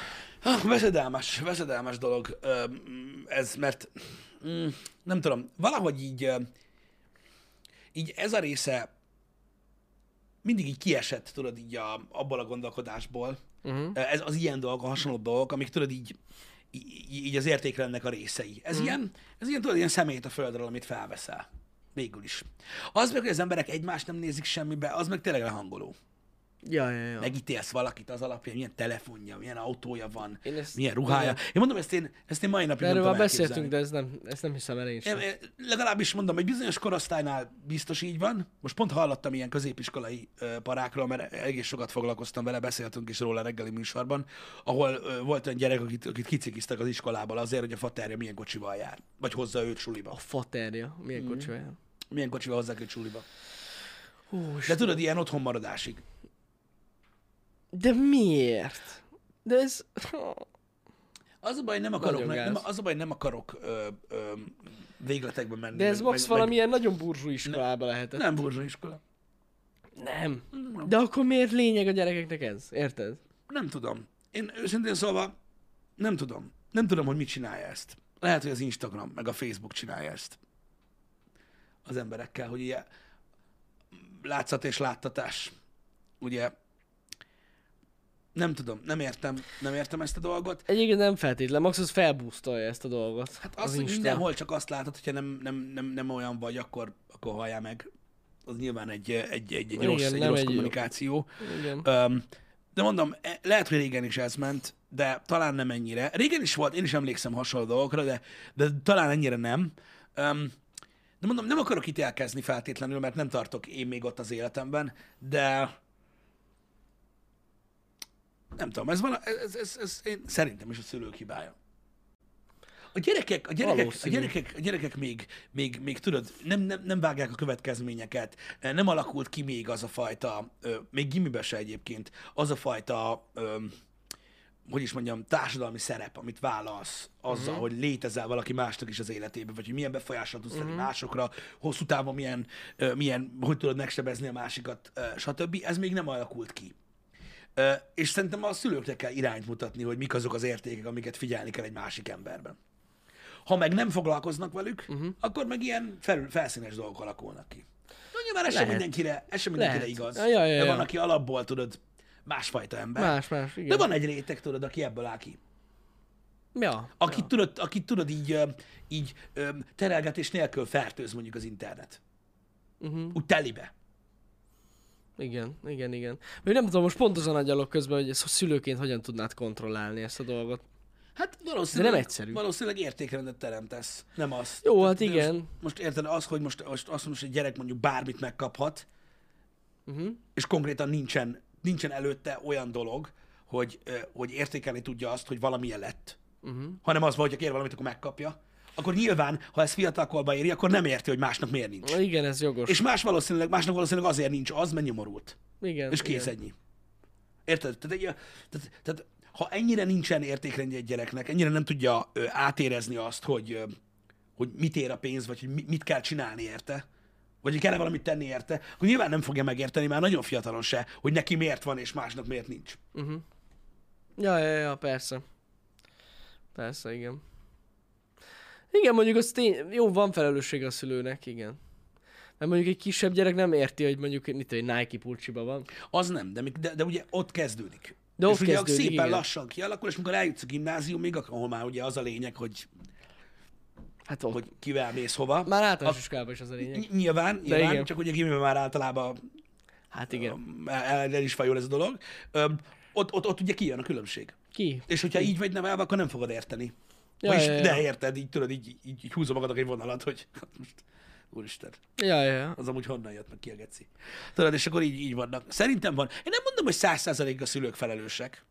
Ah, veszedelmes, veszedelmes dolog ö, mm, ez, mert mm, nem tudom, valahogy így, ö, így ez a része mindig így kiesett, tudod, így a, abból a gondolkodásból. Uh-huh. Ez az ilyen dolgok, a hasonló dolgok, amik tudod így, így, így az értékrendnek a részei. Ez, uh-huh. ilyen, ez ilyen, tudod, ilyen szemét a földről, amit felveszel. Végül is. Az meg, hogy az emberek egymást nem nézik semmibe, az meg tényleg lehangoló Ja, ja, ja. megítélsz valakit az alapján, milyen telefonja, milyen autója van, Én ezt- milyen ruhája. Én mondom, ezt én, ezt én mai napig De erről nem már tudom beszéltünk, elképzelni. de ez nem, ezt nem hiszem el én sem. Én, én legalábbis mondom, egy bizonyos korosztálynál biztos így van. Most pont hallottam ilyen középiskolai ö, parákról, mert egész sokat foglalkoztam vele, beszéltünk is róla reggeli műsorban, ahol ö, volt olyan gyerek, akit, akit kicikiztek az iskolából azért, hogy a faterja milyen kocsival jár, vagy hozza őt A suliba. faterja. Milyen mm. kocsi olyan? Milyen kocsival hozzák őt suliba. Hú, De tudod, ilyen otthon maradásig. De miért? De ez... Az a baj, nem akarok, Nagyon nem, nem, gáz. az a baj, nem akarok ö, ö, végletekbe menni. De ez meg- max meg- meg- valamilyen nagyon burzsú iskolába lehetett. Nem burzsa iskola. Nem. De akkor miért lényeg a gyerekeknek ez? Érted? Nem tudom. Én őszintén szólva nem tudom. Nem tudom, hogy mit csinálja ezt. Lehet, hogy az Instagram, meg a Facebook csinálja ezt. Az emberekkel, hogy ilyen látszat és láttatás. Ugye? Nem tudom, nem értem, nem értem ezt a dolgot. Egyébként nem feltétlen, Max az felbusztolja ezt a dolgot. Hát az, az hogy mindenhol csak azt látod, hogyha nem, nem, nem, nem olyan vagy, akkor, akkor halljál meg. Az nyilván egy, egy, egy, egy Igen, rossz, egy nem rossz egy jó. kommunikáció. Igen. Öm, de mondom, e- lehet, hogy régen is ez ment, de talán nem ennyire. Régen is volt, én is emlékszem hasonló dolgokra, de, de talán ennyire nem. Öm, de mondom, nem akarok ítélkezni feltétlenül, mert nem tartok én még ott az életemben, de nem tudom, ez, vala, ez, ez, ez én szerintem is a szülők hibája. A gyerekek, a gyerekek, a Valószínű. gyerekek, a gyerekek még, még, még tudod, nem, nem, nem vágják a következményeket, nem alakult ki még az a fajta, ö, még gimibe se egyébként, az a fajta, ö, hogy is mondjam, társadalmi szerep, amit vállalsz azzal, hogy létezel valaki másnak is az életében, vagy hogy milyen befolyással tudsz lenni másokra, hosszú távon milyen, ö, milyen, hogy tudod megsebezni a másikat, ö, stb. Ez még nem alakult ki. Ö, És szerintem a szülőknek kell irányt mutatni, hogy mik azok az értékek, amiket figyelni kell egy másik emberben. Ha meg nem foglalkoznak velük, Mhm. uh-huh. akkor meg ilyen felül, felszínes dolgok alakulnak ki. Na nyilván ez sem Lehet. mindenkire, ez sem mindenkire Lehet. igaz. Ja, ja, ja, De van, ja. aki alapból, tudod, másfajta ember. Más, más, De igen. van egy réteg, tudod, aki ebből áll ki. Ja. Akit, ja. tudod, akit tudod, így, ö, így ö, terelgetés nélkül fertőz mondjuk az internet. Uh-huh. Úgy telibe. Igen, igen, igen. Még nem tudom, most pontosan agyalok közben, hogy ezt szülőként hogyan tudnád kontrollálni ezt a dolgot. Hát valószínűleg, De nem egyszerű. valószínűleg értékrendet teremtesz, nem az. Jó, Tehát hát most- igen. Most érted, az, hogy most, most azt mondom, hogy egy gyerek mondjuk bármit megkaphat, Uh-huh. és konkrétan nincsen, nincsen előtte olyan dolog, hogy, ö, hogy értékelni tudja azt, hogy valamilyen lett. Mhm. Uh-huh. Hanem az, van, hogyha kér valamit, akkor megkapja. Akkor nyilván, ha ez fiatalkorba éri, akkor nem érti, hogy másnak miért nincs. Igen, ez jogos. És más valószínűleg, másnak valószínűleg azért nincs az, mert nyomorult. igen, És kész igen. ennyi. Érted? Tehát, egy, tehát, tehát ha ennyire nincsen értékrendje egy gyereknek, ennyire nem tudja ö, átérezni azt, hogy, ö, hogy mit ér a pénz, vagy hogy mi- mit kell csinálni érte, vagy hogy kell valamit tenni érte, akkor nyilván nem fogja megérteni már nagyon fiatalon se, hogy neki miért van, és másnak miért nincs. Ja, ja, ja, persze. Persze, igen. Igen, mondjuk az tény... Jó, van felelősség a szülőnek, igen. Mert mondjuk egy kisebb gyerek nem érti, hogy mondjuk mit tudom, egy Nike pulcsiba van. Az nem, de, mik- de, de ugye ott kezdődik. De és ott ugye kezdődik, szépen igen. lassan kialakul, és mikor eljutsz a gimnáziumig, ahol már ugye az a lényeg, hogy, Hát ott. hogy kivel mész hova. Már általános iskolában is az a lényeg. Ny- Nyilván, nyilván igen. csak ugye gimiben már általában Hát igen. el, el is fajul ez a dolog, öm, ott, ott, ott ugye kijön a különbség. Ki? És hogyha így vagy nevelve, akkor nem fogod érteni. Ja, Vagyis ja, ja. de érted, így tudod, így, így, így húzom magadnak egy vonalat, hogy hát most, úristen, Ja, ja, ja. az amúgy honnan jött meg ki a geci. Tudod, és akkor így, így vannak. Szerintem van. Én nem mondom, hogy száz százalékig a szülők felelősek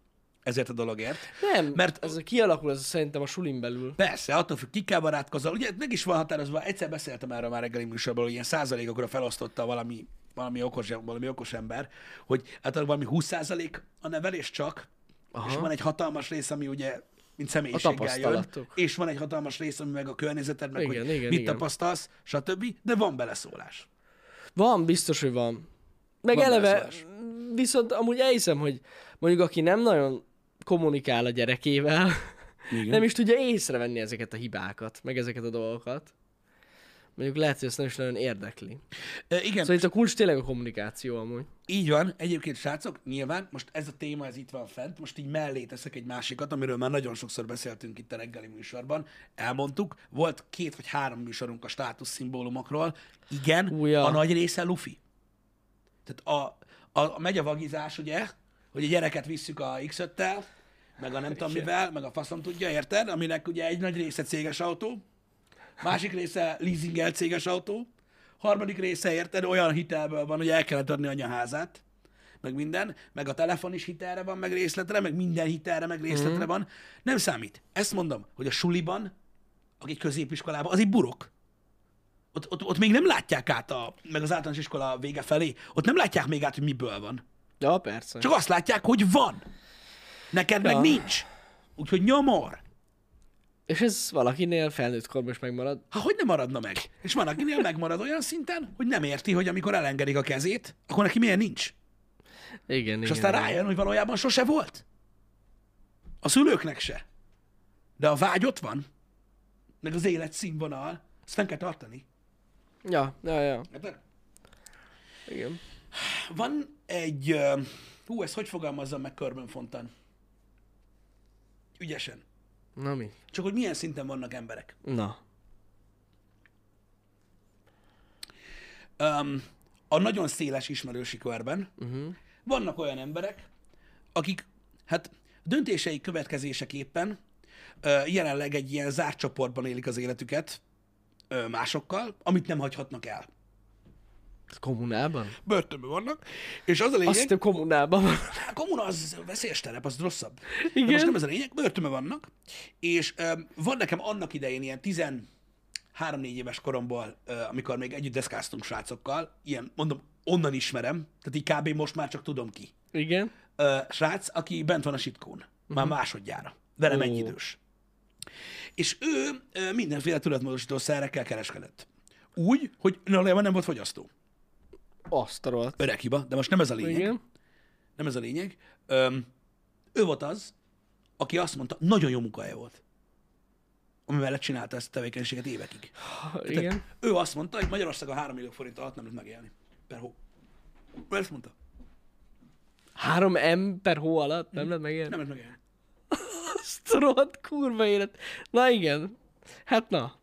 ezért a dologért. Nem, Mert- mert ez a kialakul, ez szerintem a sulin belül. Persze, attól függ, kikkel barátkozol. Ugye meg is van határozva, egyszer beszéltem erről már reggeli műsorban, hogy ilyen százalékokra felosztotta valami, valami, okos, valami okos ember, hogy általában valami 20 százalék a nevelés csak, Aha. és van egy hatalmas rész, ami ugye mint személyiséggel jön, tapasztalatok. és van egy hatalmas rész, ami meg a környezeted, meg Igen, hogy igen, mit igen. tapasztalsz, stb., de van beleszólás. Van, biztos, hogy van. Meg Van eleve, beleszólás. viszont amúgy elhiszem, hogy mondjuk aki nem nagyon kommunikál a gyerekével, Igen. nem is tudja észrevenni ezeket a hibákat, meg ezeket a dolgokat. Mondjuk lehet, hogy ezt nem is nagyon érdekli. Ö, igen. Szóval itt a kulcs tényleg a kommunikáció amúgy. Így van. Egyébként, srácok, nyilván most ez a téma, ez itt van fent, most így mellé teszek egy másikat, amiről már nagyon sokszor beszéltünk itt a reggeli műsorban. Elmondtuk, volt két vagy három műsorunk a státuszszimbólumokról. Igen, Újja. a nagy része lufi. Tehát a, a, a megy a vagizás, ugye, hogy a gyereket visszük a x meg a nem tudom mivel, meg a faszom tudja, érted? Aminek ugye egy nagy része céges autó, másik része leasingel céges autó, harmadik része, érted, olyan hitelből van, hogy el kellett adni anyaházát, meg minden, meg a telefon is hitelre van, meg részletre, meg minden hitelre, meg részletre mm. van. Nem számít. Ezt mondom, hogy a suliban, akik középiskolában, az egy burok ott, ott, ott még nem látják át, a, meg az általános iskola vége felé, ott nem látják még át, hogy miből van. Ja, persze. Csak azt látják, hogy van. Neked ja. Ja. meg nincs. Úgyhogy nyomor. És ez valakinél felnőtt korban is megmarad. Ha hogy nem maradna meg? És van, akinél megmarad olyan szinten, hogy nem érti, hogy amikor elengedik a kezét, akkor neki miért nincs. Igen, És aztán rájön, hogy valójában sose volt. A szülőknek se. De a vágy ott van. Meg az életszínvonal. Ezt fenn kell tartani. Ja, ja, ja. Érted? Igen. Van egy... ö, Hú, ezt hogy fogalmazzam meg körben fontan? Ügyesen. Na mi? Csak hogy milyen szinten vannak emberek. Na. Um, a nagyon széles ismerősi körben Uh-huh. vannak olyan emberek, akik hát döntéseik következéseképpen ö, jelenleg egy ilyen zárt csoportban élik az életüket ö, másokkal, amit nem hagyhatnak el. Kommunában? Börtönben vannak, és az a lényeg... Azt hittem kommunában van. A kommun az veszélyes terep, az rosszabb. Igen. Igen. De most nem ez a lényeg, börtönben vannak, és öm, van nekem annak idején ilyen 13-4 éves koromból, ö, amikor még együtt deszkáztunk srácokkal, ilyen, mondom, onnan ismerem, tehát így kb. most már csak tudom ki. Igen. Ö, srác, aki bent van a sitkón, már másodjára, velem Mhm. Ó. egy idős. És ő ö, mindenféle tudatmódosító szerekkel kereskedett. Úgy, hogy valójában nem volt fogyasztó. Azt a rohadt. Öreg hiba, de most nem ez a lényeg Igen. nem ez a lényeg. Öm, ő volt az, aki azt mondta, nagyon jó munkahelye volt, ami mellett csinálta ezt a tevékenységet évekig. Igen. Ő azt mondta, hogy Magyarországon 3 millió forint alatt nem lehet megélni. Per hó. Ő ezt mondta. Három M per hó alatt nem lehet megélni? Nem lehet megélni. Azt a rohadt kurva élet. Na igen. Hát na.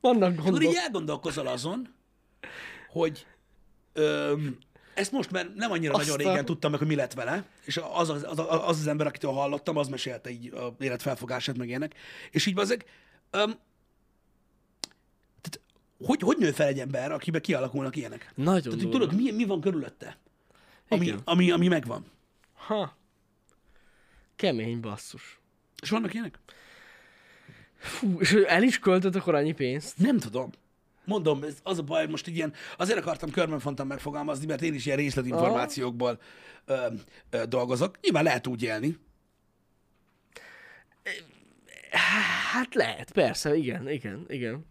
Vannak Akkor gondok. így elgondolkozol azon, hogy öm, ezt most már nem annyira Aztán- Aztán... nagyon régen tudtam meg, hogy mi lett vele, és az az, az, az, az ember, akitől hallottam, az mesélte így a élet felfogását, meg ilyenek. És így azok, öm, tehát, hogy, hogy nő fel egy ember, akiben kialakulnak ilyenek? Tehát, Nagyon hogy durva. tudod, mi, mi van körülötte, ami, Igen. ami, ami megvan. Ha. Kemény basszus. És vannak ilyenek? Fú, és ő el is költött akkor annyi pénzt? Nem tudom. Mondom, ez az a baj, most így ilyen, azért akartam körbenfontan megfogalmazni, mert én is ilyen részletinformációkból ö, ö, dolgozok. Nyilván lehet úgy élni. Hát lehet, persze, igen, igen, igen.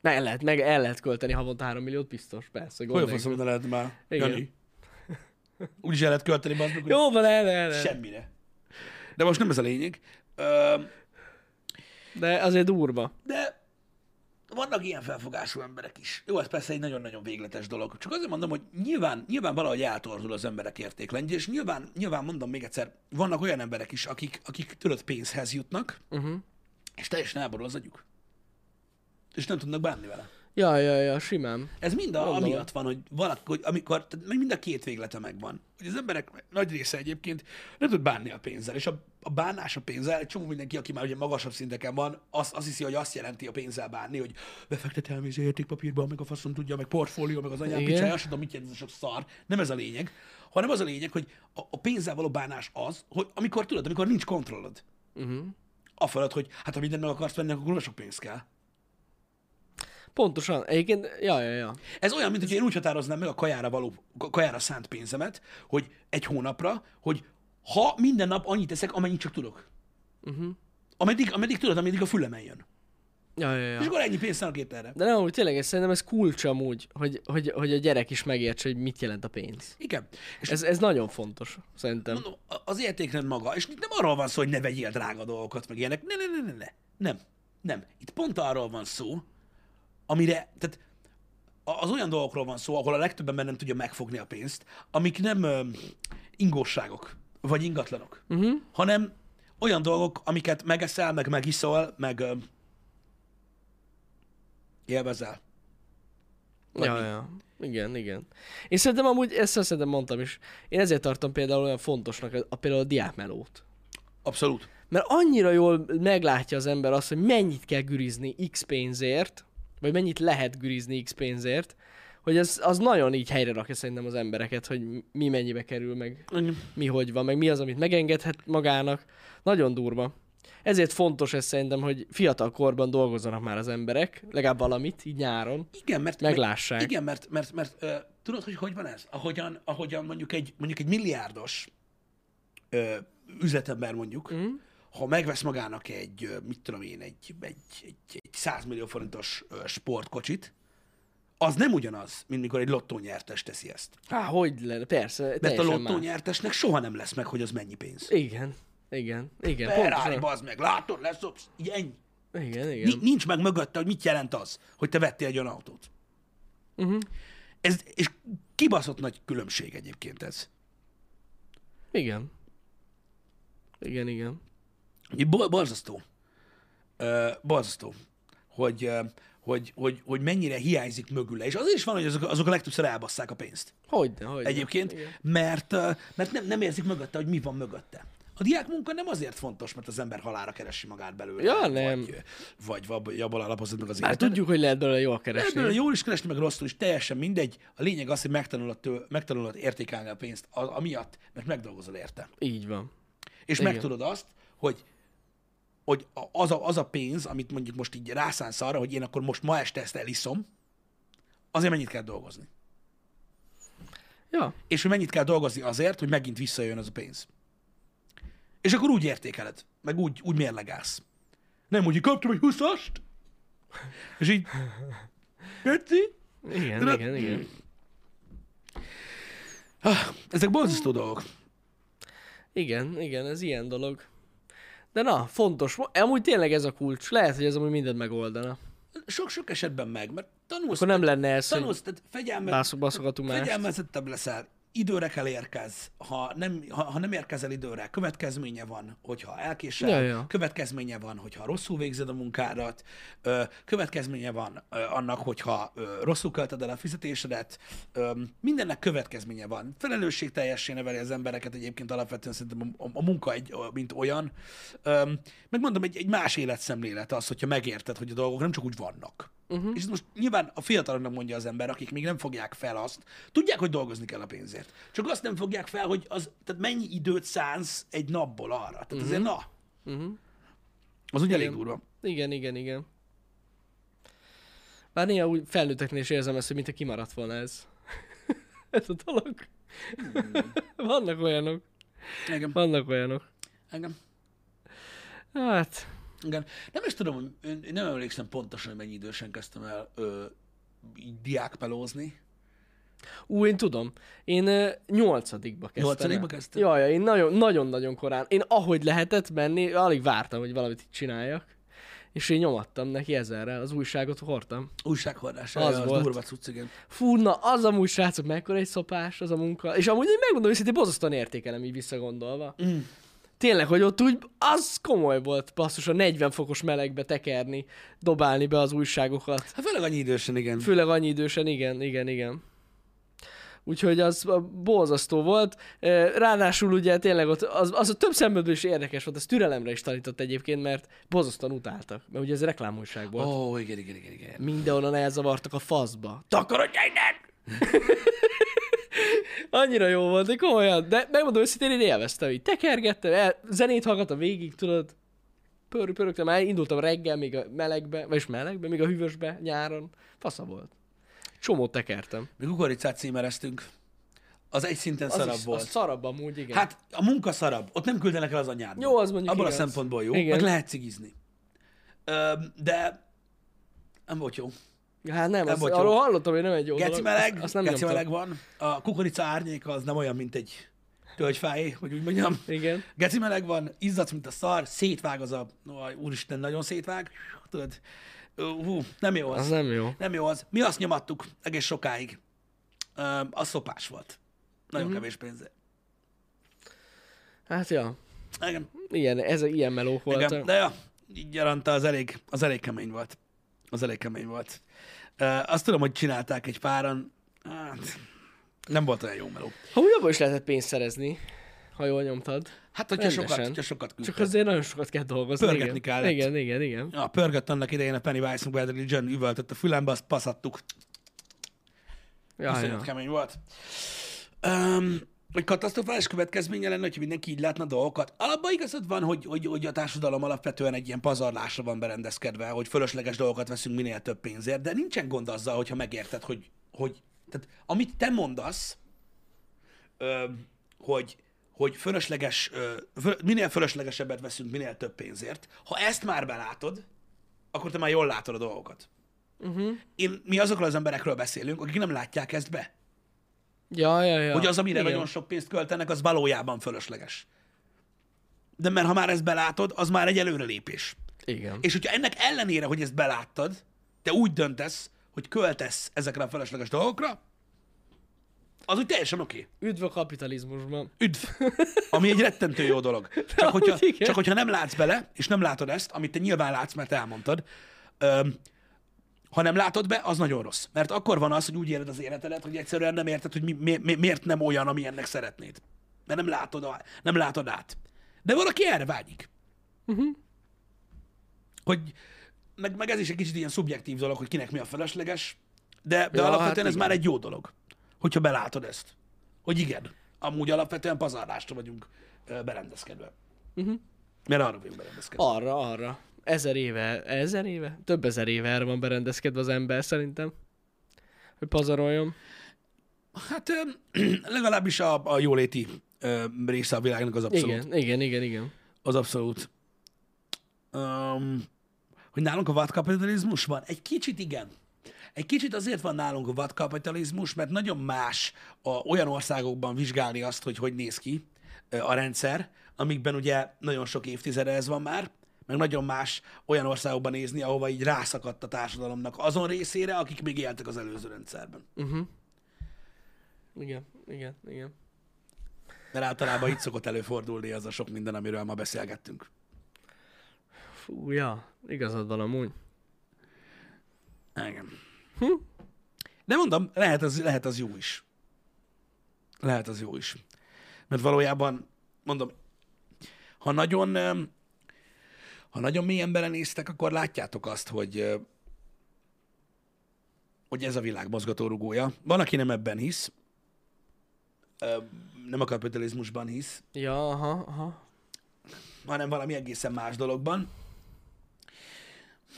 Na, el lehet, meg el lehet költeni havonta 3 milliót, biztos, persze. gond Hogy nélkül. faszom, minden lehet már Igen. Jani? Úgyis el lehet költeni, bazd meg, hogy Jó van, el, el, el. semmire. De most nem ez a lényeg. Ö, De azért durva. de vannak ilyen felfogású emberek is. Jó, ez persze egy nagyon-nagyon végletes dolog. Csak azért mondom, hogy nyilván, nyilván valahogy eltorzul az emberek értéklendje, és nyilván, nyilván mondom még egyszer, vannak olyan emberek is, akik, akik tőled pénzhez jutnak, Uh-huh. és teljesen elborul az agyuk. És nem tudnak bánni vele. Ja, ja, ja, simán. Ez mind a, Gondolom. amiatt van, hogy valaki, hogy amikor, tehát meg mind a két véglete megvan. Hogy az emberek nagy része egyébként nem tud bánni a pénzzel, és a, a bánás a pénzzel, egy csomó mindenki, aki már ugye magasabb szinteken van, azt, azt hiszi, hogy azt jelenti a pénzzel bánni, hogy befektetem és értékpapírban, meg a faszom tudja, meg portfólió, meg az anyám Igen. picsája, azt tudom, mit jelent ez a sok szar. Nem ez a lényeg, hanem az a lényeg, hogy a, a pénzzel való bánás az, hogy amikor tudod, amikor nincs kontrollod. Uh-huh. A fölött, hogy hát ha mindent meg akarsz venni, akkor kurva sok pénz kell. Pontosan, egyébként, ja, ja, ja. Ez olyan, mint hogy én úgy határoznám meg a kajára, való, ka- kajára szánt pénzemet, hogy egy hónapra, hogy ha minden nap annyit teszek, amennyit csak tudok. Uh-huh. Ameddig, ameddig tudod, ameddig a fülemen jön. Ja, ja, ja. És akkor ennyi pénzt szánok ételre. De nem, úgy tényleg, ez, szerintem ez kulcs amúgy, hogy, hogy, hogy a gyerek is megértse, hogy mit jelent a pénz. Igen. És Ez, ez nagyon fontos, szerintem. mondom, a- az értékrend maga, és itt nem arról van szó, hogy ne vegyél drága dolgokat, meg ilyenek. Ne, ne, ne, ne, ne. Nem. Nem. Itt pont arról van szó, amire, tehát a- az olyan dolgokról van szó, ahol a legtöbb ember nem tudja megfogni a pénzt, amik nem ö, ingóságok, vagy ingatlanok, uh-huh. hanem olyan dolgok, amiket megeszel, meg megiszol, meg ö, élvezel. Ja, ja. Igen, igen. Én szerintem amúgy, ezt szerintem mondtam is, én ezért tartom például olyan fontosnak a, a például a diákmelót. Abszolút. Mert annyira jól meglátja az ember azt, hogy mennyit kell gürizni X pénzért, vagy mennyit lehet gürizni X pénzért, hogy az, az nagyon így helyre rakja szerintem az embereket, hogy mi mennyibe kerül, meg mi hogy van, meg mi az, amit megengedhet magának. Nagyon durva. Ezért fontos ez szerintem, hogy fiatal korban dolgozzanak már az emberek, legalább valamit, így nyáron, Igen, mert meglássák. Igen, mert, mert, mert ö, tudod, hogy hogy van ez? Ahogyan, ahogyan mondjuk egy, mondjuk egy milliárdos ö, üzletember mondjuk, mm. ha megvesz magának egy, ö, mit tudom én, egy, egy, egy, egy 100 millió forintos ö, sportkocsit, az nem ugyanaz, mint mikor egy lottónyertes teszi ezt. Há, hogy lenne, persze, Mert a teljesen más. lottónyertesnek soha nem lesz meg, hogy az mennyi pénz. Igen, igen, igen, Ferrari, pontosan. bazd meg, látod, lesz, obsz, így ennyi. Igen, igen. Ni- nincs meg mögötte, hogy mit jelent az, hogy te vettél egy olyan autót. Uh-huh. Mhm. Ez, és kibaszott nagy különbség egyébként ez. Igen. Igen, igen. Bo- borzasztó. Ö, borzasztó, hogy, ö, hogy, hogy, hogy mennyire hiányzik mögüle. És az is van, hogy azok, azok a legtöbbször elbasszák a pénzt. Hogyne, hogyne. Egyébként, mert, ö, mert nem, nem érzik mögötte, hogy mi van mögötte. A diák munka nem azért fontos, mert az ember halára keresi magát belőle. Ja, nem. Vagy, vagy, vagy abban alapozod meg az Hát életedet. tudjuk, hogy lehet belőle jól keresni. Ebből jól is keresni, meg rosszul is, teljesen mindegy. A lényeg az, hogy megtanulod, tő- megtanulod értékelni a pénzt a- amiatt, mert megdolgozol érte. Így van. És Igen. megtudod azt, hogy hogy a- az a, az a pénz, amit mondjuk most így rászánsz arra, hogy én akkor most ma este ezt eliszom, azért mennyit kell dolgozni. Ja, És hogy mennyit kell dolgozni azért, hogy megint visszajön az a pénz. És akkor úgy értékeled, meg úgy, úgy mérlegelsz. Nem úgy, hogy kaptam egy 20-ast, és így, Geci? igen, Tudod- igen, igen. Ah, Ezek borzasztó dolgok. Igen, igen, ez ilyen dolog. De na, fontos. Amúgy tényleg ez a kulcs. Lehet, hogy ez amúgy mindent megoldana. Sok-sok esetben meg, mert tanulsz, Akkor nem lenne ez, hogy tanulsz, tehát fegyelmet, bászok baszogatunk más. fegyelmezettebb leszel, időre kell érkez, ha nem, ha, ha nem érkezel időre, következménye van, hogyha elkésel, Ja, ja. következménye van, hogyha rosszul végzed a munkádat, ö, következménye van ö, annak, hogyha ö, rosszul költöd el a fizetésedet, ö, mindennek következménye van. Felelősségteljessé neveli az embereket egyébként alapvetően szerintem a, a, a munka egy, ö, mint olyan. Ö, megmondom, egy, egy más életszemlélet az, hogyha megérted, hogy a dolgok nem csak úgy vannak. Mhm. Uh-huh. És ez most nyilván a fiataloknak mondja az ember, akik még nem fogják fel azt, tudják, hogy dolgozni kell a pénzért. Csak azt nem fogják fel, hogy az, tehát mennyi időt szánsz egy napból arra. Tehát Mhm. uh-huh. azért na. Uh-huh. Az ugye elég Igen. durva. Igen, igen, igen. Bár néha úgy felnőtteknél is érzem ezt, hogy mintha kimaradt volna ez. ez a dolog. Hmm. Vannak olyanok. Igen. Vannak olyanok. Igen. Hát, Igen. Nem is tudom, hogy én- én nem emlékszem pontosan, hogy mennyi idősen kezdtem el ö, így diákpelózni. ú, én tudom. Én ö, nyolcadikba kezdtem. Nyolcadikba el. kezdted? Jaj, én nagyon- nagyon-nagyon korán. Én ahogy lehetett menni, alig vártam, hogy valamit itt csináljak. És én nyomattam neki ezerrel, az újságot hordtam. Újsághordás, Az az, az volt. durva cucc, igen. Fú, na az amúgy, srácok, mekkora egy szopás az a munka. És amúgy én megmondom, hogy borzasztóan értékelem így visszagondolva. Mm. Tényleg, hogy ott úgy, az komoly volt, basszus, a 40 fokos melegbe tekerni, dobálni be az újságokat. Hát főleg annyi idősen, igen. Főleg annyi idősen, igen, igen, igen. Úgyhogy az a, borzasztó volt. Ö, Ráadásul ugye tényleg ott az, az a több szempontból is érdekes volt, az türelemre is tanított egyébként, mert borzasztóan utáltak, mert ugye ez reklámújság volt. Ó, Oh. oh, igen, igen, igen, igen. Mindenhonnan elzavartak a faszba. Takarodj innen! Annyira jó volt, de komolyan. De megmondom őszintén, én élveztem így. Tekergettem, el, zenét hallgattam végig, tudod. Pörög, pörögtem, elindultam reggel, még a melegbe, vagyis melegbe, még a hűvösbe nyáron. Fasza volt. Csomót tekertem. Mi kukoricát címereztünk. Az egy szinten Az, szarabb is, volt. az szarabb amúgy, igen. Hát a munka szarabb, ott nem küldenek el az anyádba. Jó, az mondjuk Abban igaz. a szempontból jó, Igen. meg lehet cigizni. Ö, de Nem volt jó. Hát nem, Nem az, volt jó. arról hallottam, hogy nem egy jó Geci dolog. meleg, azt, azt nem geci nyomtam. meleg van. A kukorica árnyéka az nem olyan, mint egy tölgyfáé, hogy úgy mondjam. Igen. Geci meleg van, izzadsz, mint a szar, szétvág az a... Aj, úristen, nagyon szétvág. Tudod, hú, nem jó az. Az nem jó. Nem jó az. Mi azt nyomattuk egész sokáig. Ö, az szopás volt. Nagyon Mhm. kevés pénze. Hát ja, Igen, igen, ez a- ilyen meló volt. igen. Igen, De ja, így gyaranta az elég, az elég kemény volt. Az elég kemény volt. Ö, azt tudom, hogy csinálták egy páran. Hát, nem volt olyan jó meló. Ha úgy abból is lehetett pénzt szerezni, ha jól nyomtad. Hát, hogyha sokat, Rendesen. hogyha sokat küldtek. Csak azért nagyon sokat kell dolgozni. Pörgetni igen. kellett. Igen, igen, igen. Ja, pörgött annak idején a Pennywise-unk, Bad Religion üvöltött a fülembe, azt passzattuk. Ja, Iszonyat ja. kemény volt. Um, hogy katasztrofális következménye lenne, hogyha mindenki így látna dolgokat. Alapban igazad van, hogy, hogy, hogy a társadalom alapvetően egy ilyen pazarlásra van berendezkedve, hogy fölösleges dolgokat veszünk minél több pénzért, de nincsen gond azzal, hogyha megérted, hogy, hogy tehát, amit te mondasz, ö, hogy, hogy fölösleges, ö, föl, minél fölöslegesebbet veszünk, minél több pénzért, ha ezt már belátod, akkor te már jól látod a dolgokat. Uh-huh. Én, mi azokról az emberekről beszélünk, akik nem látják ezt be. Ja, ja, ja. Hogy az, amire igen. nagyon sok pénzt költenek, az valójában fölösleges. De mert ha már ezt belátod, az már egy előrelépés. Igen. És hogyha ennek ellenére, hogy ezt beláttad, te úgy döntesz, hogy költesz ezekre a fölösleges dolgokra, az úgy teljesen oké. Okay. Üdv a kapitalizmusban. Üdv! Ami egy rettentő jó dolog. Csak hogyha, Amúgy igen. csak hogyha nem látsz bele, és nem látod ezt, amit te nyilván látsz, mert elmondtad, öm, ha nem látod be, az nagyon rossz. Mert akkor van az, hogy úgy éled az életedet, hogy egyszerűen nem érted, hogy mi, mi, mi, miért nem olyan, ami ennek szeretnéd. Mert nem látod, a, nem látod át. De valaki erre vágyik. Uh-huh. Mhm. Hogy, meg, meg ez is egy kicsit ilyen szubjektív dolog, hogy kinek mi a felesleges, de, de Ja, ja, hát alapvetően hát ez igen. már egy jó dolog, hogyha belátod ezt. Hogy igen, amúgy alapvetően pazarlásra vagyunk ö, berendezkedve. Uh-huh. Mhm. Mert arra vagyunk berendezkedve. Arra, arra. Ezer éve, ezer éve? Több ezer éve erre van berendezkedve az ember szerintem. Hogy pazaroljon. Hát ö, legalábbis a, a jóléti ö, része a világnak az abszolút. Igen. Igen, igen, igen, igen. Az abszolút. Um, hogy nálunk a vadkapitalizmus van? Egy kicsit igen. Egy kicsit azért van nálunk a vadkapitalizmus, mert nagyon más a, olyan országokban vizsgálni azt, hogy hogy néz ki ö, a rendszer, amikben ugye nagyon sok évtizede ez van már, meg nagyon más olyan országokban nézni, ahova így rászakadt a társadalomnak azon részére, akik még éltek az előző rendszerben. Uh-huh. Igen, igen, igen. Mert általában itt szokott előfordulni az a sok minden, amiről ma beszélgettünk. Fú, ja, igazad van amúgy. Igen. De mondom, lehet az, lehet az jó is. Lehet az jó is. Mert valójában, mondom, ha nagyon, öm, ha nagyon mélyen belenéztek, akkor látjátok azt, hogy, ö, hogy ez a világ mozgatórugója. Van, aki nem ebben hisz, Ö, nem a kapitalizmusban hisz, Ja, aha, aha. hanem valami egészen más dologban.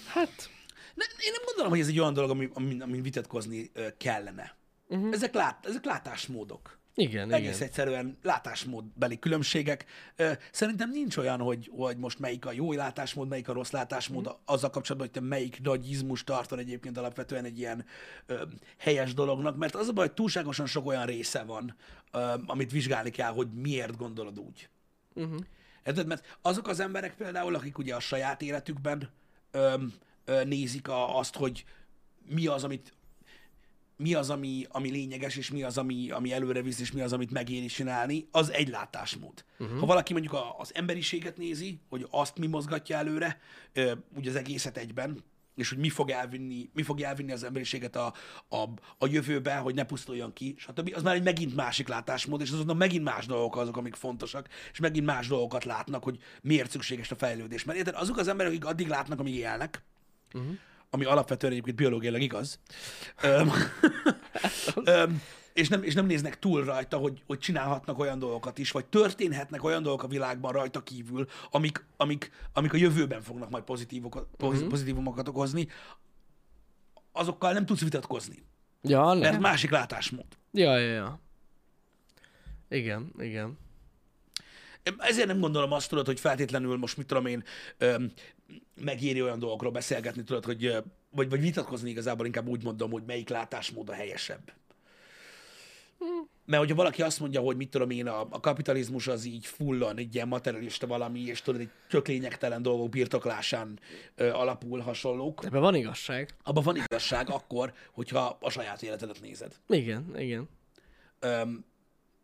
Hát, Ne, én nem gondolom, hogy ez egy olyan dolog, ami, ami, ami vitatkozni ö, kellene. Uh-huh. Ezek, lát, ezek látásmódok. igen, Egész igen. egyszerűen látásmódbeli különbségek. Ö, Szerintem nincs olyan, hogy, hogy most melyik a jó látásmód, melyik a rossz látásmód, Mhm. uh-huh. azzal kapcsolatban, hogy te melyik nagy izmus tartod egyébként alapvetően egy ilyen ö, helyes dolognak, mert az a baj, hogy túlságosan sok olyan része van, ö, amit vizsgálni kell, hogy miért gondolod úgy. Mhm. Érted? Mert azok az emberek például, akik ugye a saját életükben öm, ö, nézik a, azt, hogy mi az, amit mi az, ami, ami lényeges, és mi az, ami, ami előre visz, és mi az, amit megéri csinálni, az egy látásmód. Uh-huh. Ha valaki mondjuk a, az emberiséget nézi, hogy azt mi mozgatja előre, ö, ugye az egészet egyben, és hogy mi fog elvinni, mi fog elvinni az emberiséget a, a, a jövőbe, hogy ne pusztuljon ki, stb. Az már egy megint másik látásmód, és azonnal megint más dolgok azok, amik fontosak, és megint más dolgokat látnak, hogy miért szükséges a fejlődés. Mert érted, azok az emberek, akik addig látnak, amíg élnek, ami alapvetően egyébként biológiailag igaz, öm, öm, és, nem, és nem néznek túl rajta, hogy, hogy csinálhatnak olyan dolgokat is, vagy történhetnek olyan dolgok a világban rajta kívül, amik, amik, amik a jövőben fognak majd pozitívokat, poz- pozitívumokat okozni, azokkal nem tudsz vitatkozni, Ja, nem. mert másik látásmód. Ja, ja, ja. Igen, igen. Én Ezért nem gondolom azt, tudod, hogy feltétlenül most mit tudom én, öm, megéri olyan dolgokról beszélgetni, tudod, hogy ö, vagy, vagy vitatkozni igazából, inkább úgy mondom, hogy melyik látásmód a helyesebb. Mert hogyha valaki azt mondja, hogy mit tudom én, a, a kapitalizmus az így fullan, egy ilyen materialista valami, és tudod, egy tök lényegtelen dolgok birtoklásán ö, alapul hasonlók, Ebben van igazság. abban van igazság akkor, hogyha a saját életedet nézed. Igen, igen. öm,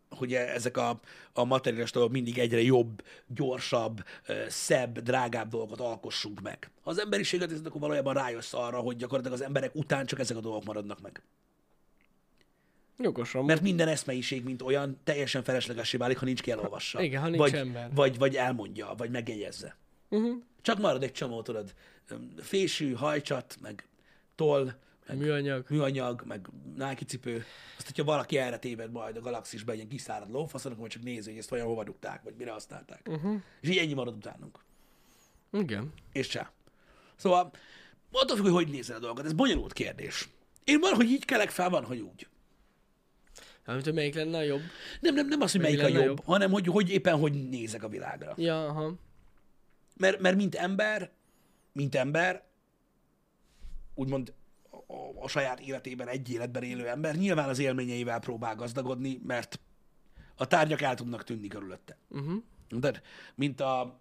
hogy e- ezek a, a materiális dolgok mindig egyre jobb, gyorsabb, ö, szebb, drágább dolgokat alkossunk meg. Ha az emberiséget nézed, akkor valójában rájössz arra, hogy gyakorlatilag az emberek után csak ezek a dolgok maradnak meg. Jogosan. Mert... Mert minden eszmeiség, mint olyan, teljesen feleslegessé válik, ha nincs ki elolvassa. Igen, ha nincs vagy, ember. Vagy, vagy elmondja, vagy megjegyezze. Uh-huh. Csak marad egy csomó, tudod, öm, fésű, hajcsat, meg toll, meg Műanyag. műanyag, meg Nike cipő. Azt, hogyha valaki erre téved majd a galaxisben egy ilyen kiszárad lófaszon, akkor majd csak nézi, hogy ezt vajon hova dugták, vagy mire használták. Mhm. Uh-huh. És így ennyi marad utánunk. Igen. És csá. Szóval, attól függ, hogy hogy nézel a dolgot. Ez bonyolult kérdés. Én van, hogy így kelek fel, van, hogy úgy. Nem tudom, Hát, melyik lenne a jobb. Nem, nem, nem az, hogy melyik a lenne jobb, jobb? hanem hogy, hogy éppen hogy nézek a világra. Ja, aha. Mert, mert mint ember, mint ember, úgymond a, a, a saját életében, egy életben élő ember, nyilván az élményeivel próbál gazdagodni, mert a tárgyak el tudnak tűnni körülötte. Uh-huh. De, mint a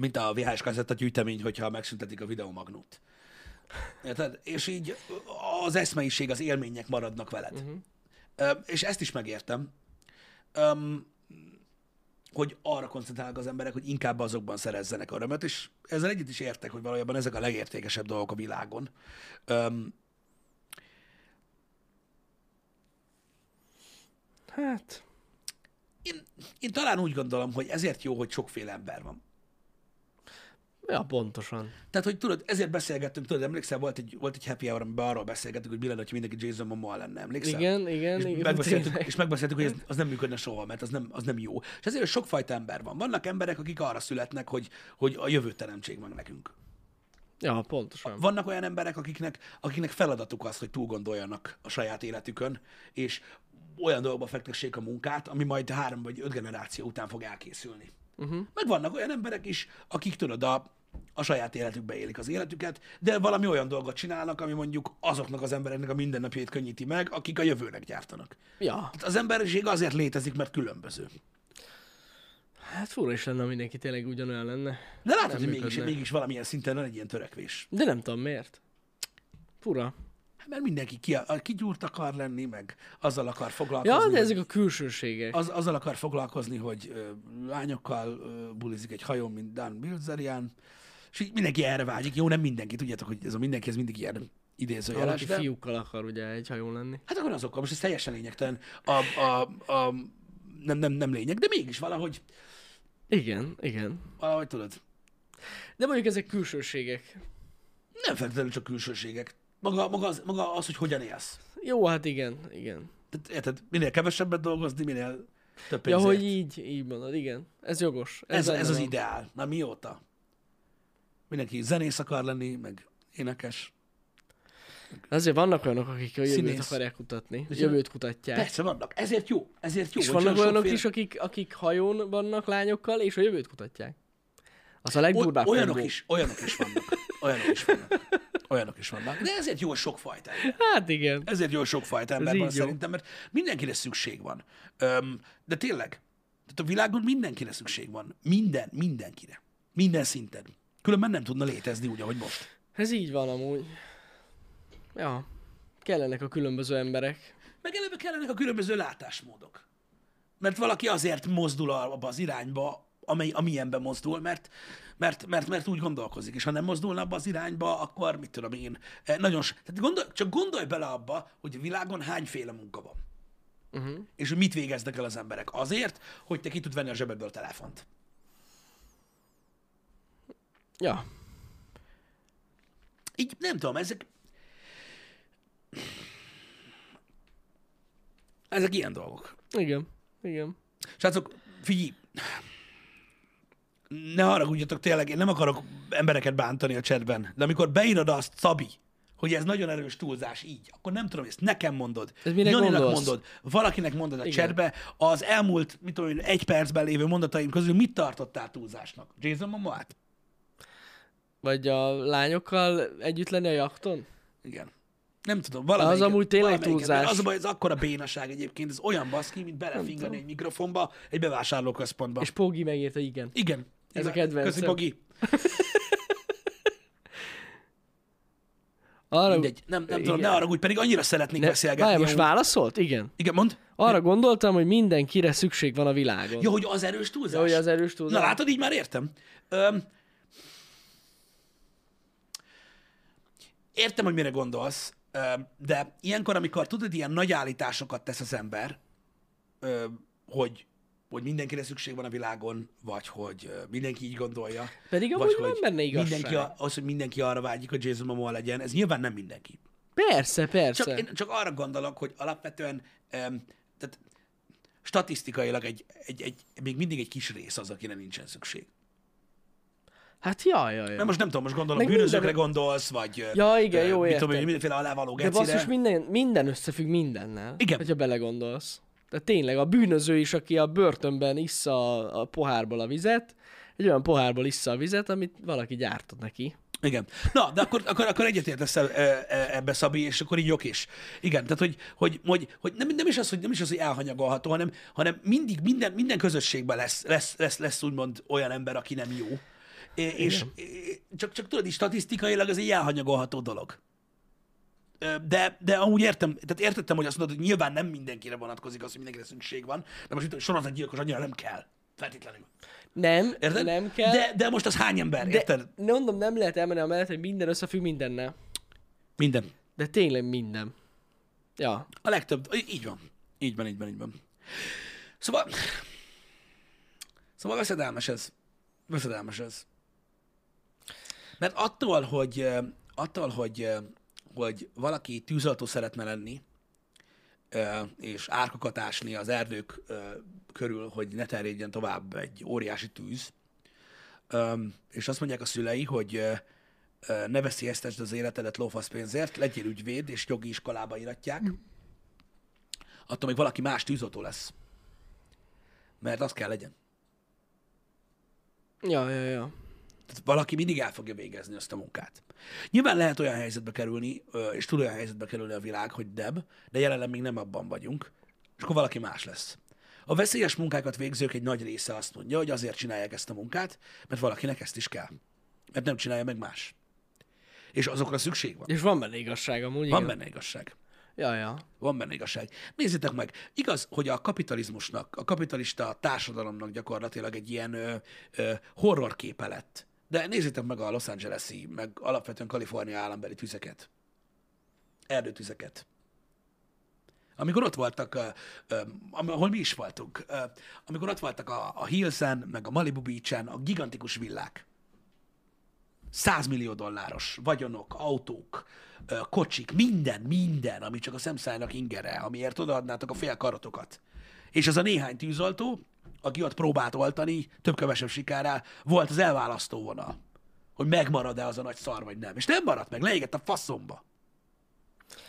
mint a VHS kazetta gyűjtemény, hogyha megszüntetik a videomagnót. Érted? És így az eszmeiség, az élmények maradnak veled. Uh-huh. Ö, és ezt is megértem, öm, hogy arra koncentrálnak az emberek, hogy inkább azokban szerezzenek örömet, és ezzel együtt is értek, hogy valójában ezek a legértékesebb dolgok a világon. Öm, Hát, én, én talán úgy gondolom, hogy ezért jó, hogy sokféle ember van. ja, pontosan. Tehát, hogy tudod, ezért beszélgettünk, tudod, emlékszel, volt egy, volt egy happy hour, amiben arról beszélgettünk, hogy mi lenne, ha mindenki Jason Momoa lenne, emlékszel? Igen, igen, és, igen. megbeszéltük, tényleg. és megbeszéltük, hogy ez, az nem működne soha, mert az nem, az nem jó. És ezért sokfajta ember van. Vannak emberek, akik arra születnek, hogy, hogy a jövő teremtség meg nekünk. Ja, pontosan. Vannak olyan emberek, akiknek, akiknek feladatuk az, hogy túlgondoljanak a saját életükön, és olyan dolgokba fektessék a munkát, ami majd három vagy öt generáció után fog elkészülni. Mhm. Uh-huh. Meg vannak olyan emberek is, akik tudod, a, a saját életükbe élik az életüket, de valami olyan dolgot csinálnak, ami mondjuk azoknak az embereknek a mindennapjait könnyíti meg, akik a jövőnek gyártanak. Ja, Tehát az emberiség azért létezik, mert különböző. hát fura is lenne, ha mindenki tényleg ugyanolyan lenne. De látod, hogy mégis, működne. mégis valamilyen szinten van egy ilyen törekvés. De nem tudom miért. Fura. Hát Mert mindenki ki, a- kigyúrt akar lenni, meg azzal akar foglalkozni. Ja, de hogy- ezek a külsőségek. az, azzal akar foglalkozni, hogy ö, lányokkal ö, bulizik egy hajón, mint Dan Bilzerian, és így mindenki erre vágyik. Jó, nem mindenki, tudjátok, hogy ez a mindenki, ez mindig ilyen idézőjeles. Valaki De... fiúkkal akar ugye egy hajón lenni. Hát akkor azokkal, most ez teljesen lényegtelen. A, a, a, nem, nem, nem lényeg, de mégis valahogy, Igen, igen. valahogy tudod, De mondjuk ezek külsőségek. nem feltétlenül csak külsőségek. Maga, maga, az, maga az, hogy hogyan élsz. Jó, hát igen, igen. Tehát, érted, minél kevesebbet dolgozni, minél több Ja, pénzért. hogy így, így mondod, igen. Ez jogos. Ez, benne ez az van. ideál. Na mióta? Mindenki zenész akar lenni, meg énekes. Azért vannak olyanok, akik a jövőt Színész. akarják kutatni. És- jövőt kutatják. Persze vannak, ezért jó, ezért jó. és hogy olyan vannak olyanok sokféle- is, akik, akik hajón vannak lányokkal, és a jövőt kutatják. Az a legdurvább O- olyanok kombó. is, olyanok is vannak. Olyanok is vannak. Olyanok is vannak. De ezért jó sokfajta. ember. Hát igen. Ezért jó sokfajta ember így van jó. szerintem, mert mindenkire szükség van. Öm, de tényleg, tehát a világon mindenkire szükség van. Minden, mindenkire. Minden szinten. Különben nem tudna létezni úgy, ahogy most. Ez így van amúgy. Ja. Kellenek a különböző emberek. Meg eleve kellenek a különböző látásmódok. Mert valaki azért mozdul abba az irányba, amely, amilyenbe mozdul, mert, mert, mert, mert úgy gondolkozik. És ha nem mozdulna abba az irányba, akkor mit tudom én, eh, nagyon... s- Tehát gondolj, csak gondolj bele abba, hogy a világon hányféle munka van. Mhm. Uh-huh. És hogy mit végeznek el az emberek azért, hogy te ki tud venni a zsebedből a telefont. Ja. Így nem tudom, ezek... Ezek ilyen dolgok. Igen. Igen. Srácok, figyelj, ne haragudjatok tényleg, én nem akarok embereket bántani a csetben, de amikor beírod azt, Szabi, hogy ez nagyon erős túlzás így, akkor nem tudom, ezt nekem mondod, Ez mire gondolsz? mondod, valakinek mondod a Igen. csetbe, az elmúlt, mit tudom én, egy percben lévő mondataim közül mit tartottál túlzásnak? Jason Momoát? Vagy a lányokkal együtt lenni a jakton? Igen. Nem tudom, valamelyik. amúgy tényleg túlzás. Az a baj, ez akkora bénaság egyébként, ez olyan baszki, mint belefingani egy mikrofonba, egy bevásárlóközpontba. És Pógi megírta, igen. Igen. Ez igen. a kedvencem. Köszi, Bogi. Arra... Mindegy. Nem, nem tudom, Igen. ne arra úgy, pedig annyira szeretnék Ne, beszélgetni. várjál, most amúgy. válaszolt? Igen. Igen, mond. Arra gondoltam, hogy mindenkire szükség van a világon. Ja, hogy az erős túlzás. De hogy az erős tudás. Na hát- látod, így már értem. Öm, értem, hogy mire gondolsz, öm, de ilyenkor, amikor tudod, ilyen nagy állításokat tesz az ember, öm, hogy, hogy mindenkire szükség van a világon, vagy hogy ö, mindenki így gondolja. Pedig vagy amúgy hogy van benne igazság. Mindenki a, az, hogy mindenki arra vágyik, hogy Jason Momoa legyen, ez nyilván nem mindenki. Persze, persze. Csak, én csak arra gondolok, hogy alapvetően um, tehát statisztikailag egy, egy, egy, még mindig egy kis rész az, akire nincsen szükség. Hát jaj, jaj, jaj. Nem, most nem tudom, most gondolom, Meg bűnözőkre minden- gondolsz, vagy Ja, igen, ö, jó, mit értem. tudom, én, mindenféle alávaló De gecire. basszus, minden, minden összefügg mindennel. Igen. Hogyha belegondolsz. Tehát tényleg a bűnöző is, aki a börtönben issza a, a pohárból a vizet, egy olyan pohárból issza a vizet, amit valaki gyártott neki. Igen. Na, de akkor, akkor, akkor egyetértesz e- e- e- ebbe, Szabi, és akkor így jokis. Igen, tehát hogy, hogy, hogy, hogy nem, nem, is az, hogy nem is az, hogy elhanyagolható, hanem, hanem mindig minden, minden közösségben lesz, lesz, lesz, lesz úgymond olyan ember, aki nem jó. É, és é, csak, csak tudod, így statisztikailag ez egy elhanyagolható dolog. Ö, De, de amúgy értem, tehát értettem, hogy azt mondod, hogy nyilván nem mindenkire vonatkozik az, hogy mindenkire szükség van, de most itt sorozatgyilkos annyira nem kell. Feltétlenül. Nem, Érted? nem kell. De, de most az hány ember, de érted? mondom, nem lehet elmenni a mellett, hogy minden összefügg mindennel. Minden. De tényleg minden. Ja. A legtöbb, í- így van. Így van, így van, így van. Szóval, szóval veszedelmes ez. Veszedelmes ez. Mert attól, hogy, ö, attól, hogy, ö, hogy valaki tűzoltó szeretne lenni, ö, és árkokat ásni az erdők ö, körül, hogy ne terjedjen tovább egy óriási tűz, ö, és azt mondják a szülei, hogy ö, ö, ne veszélyeztesd az életedet lófasz pénzért, legyél ügyvéd, és jogi iskolába iratják, attól még valaki más tűzoltó lesz. Mert az kell legyen. Ja, ja, ja. Tehát valaki mindig el fogja végezni azt a munkát. Nyilván lehet olyan helyzetbe kerülni, ö, és tud olyan helyzetbe kerülni a világ, hogy nem, de jelenleg még nem abban vagyunk, és akkor valaki más lesz. A veszélyes munkákat végzők egy nagy része azt mondja, hogy azért csinálják ezt a munkát, mert valakinek ezt is kell. Mert nem csinálja meg más. És azokra szükség van. És van benne igazság amúgy. Van igen. benne igazság. Ja, ja. Van benne igazság. Nézzétek meg, igaz, hogy a kapitalizmusnak, a kapitalista társadalomnak gyakorlatilag egy ilyen ö, ö, horror képe lett. De nézzétek meg a Los Angeles-i, meg alapvetően Kalifornia állambeli tüzeket. Erdőtüzeket. Amikor ott voltak, ö, ö, am- ahol mi is voltunk, ö, amikor ott voltak a, a Hillsen, meg a Malibu Beach-en a gigantikus villák. 100 millió dolláros vagyonok, autók, ö, kocsik, minden, minden, ami csak a szemszájnak ingere, amiért odaadnátok a fél karotokat. És az a néhány tűzoltó, aki ott próbált oltani, több-kevesebb sikárá, volt az elválasztó vonal, hogy megmarad-e az a nagy szar, vagy nem. És nem maradt meg, leégett a faszomba.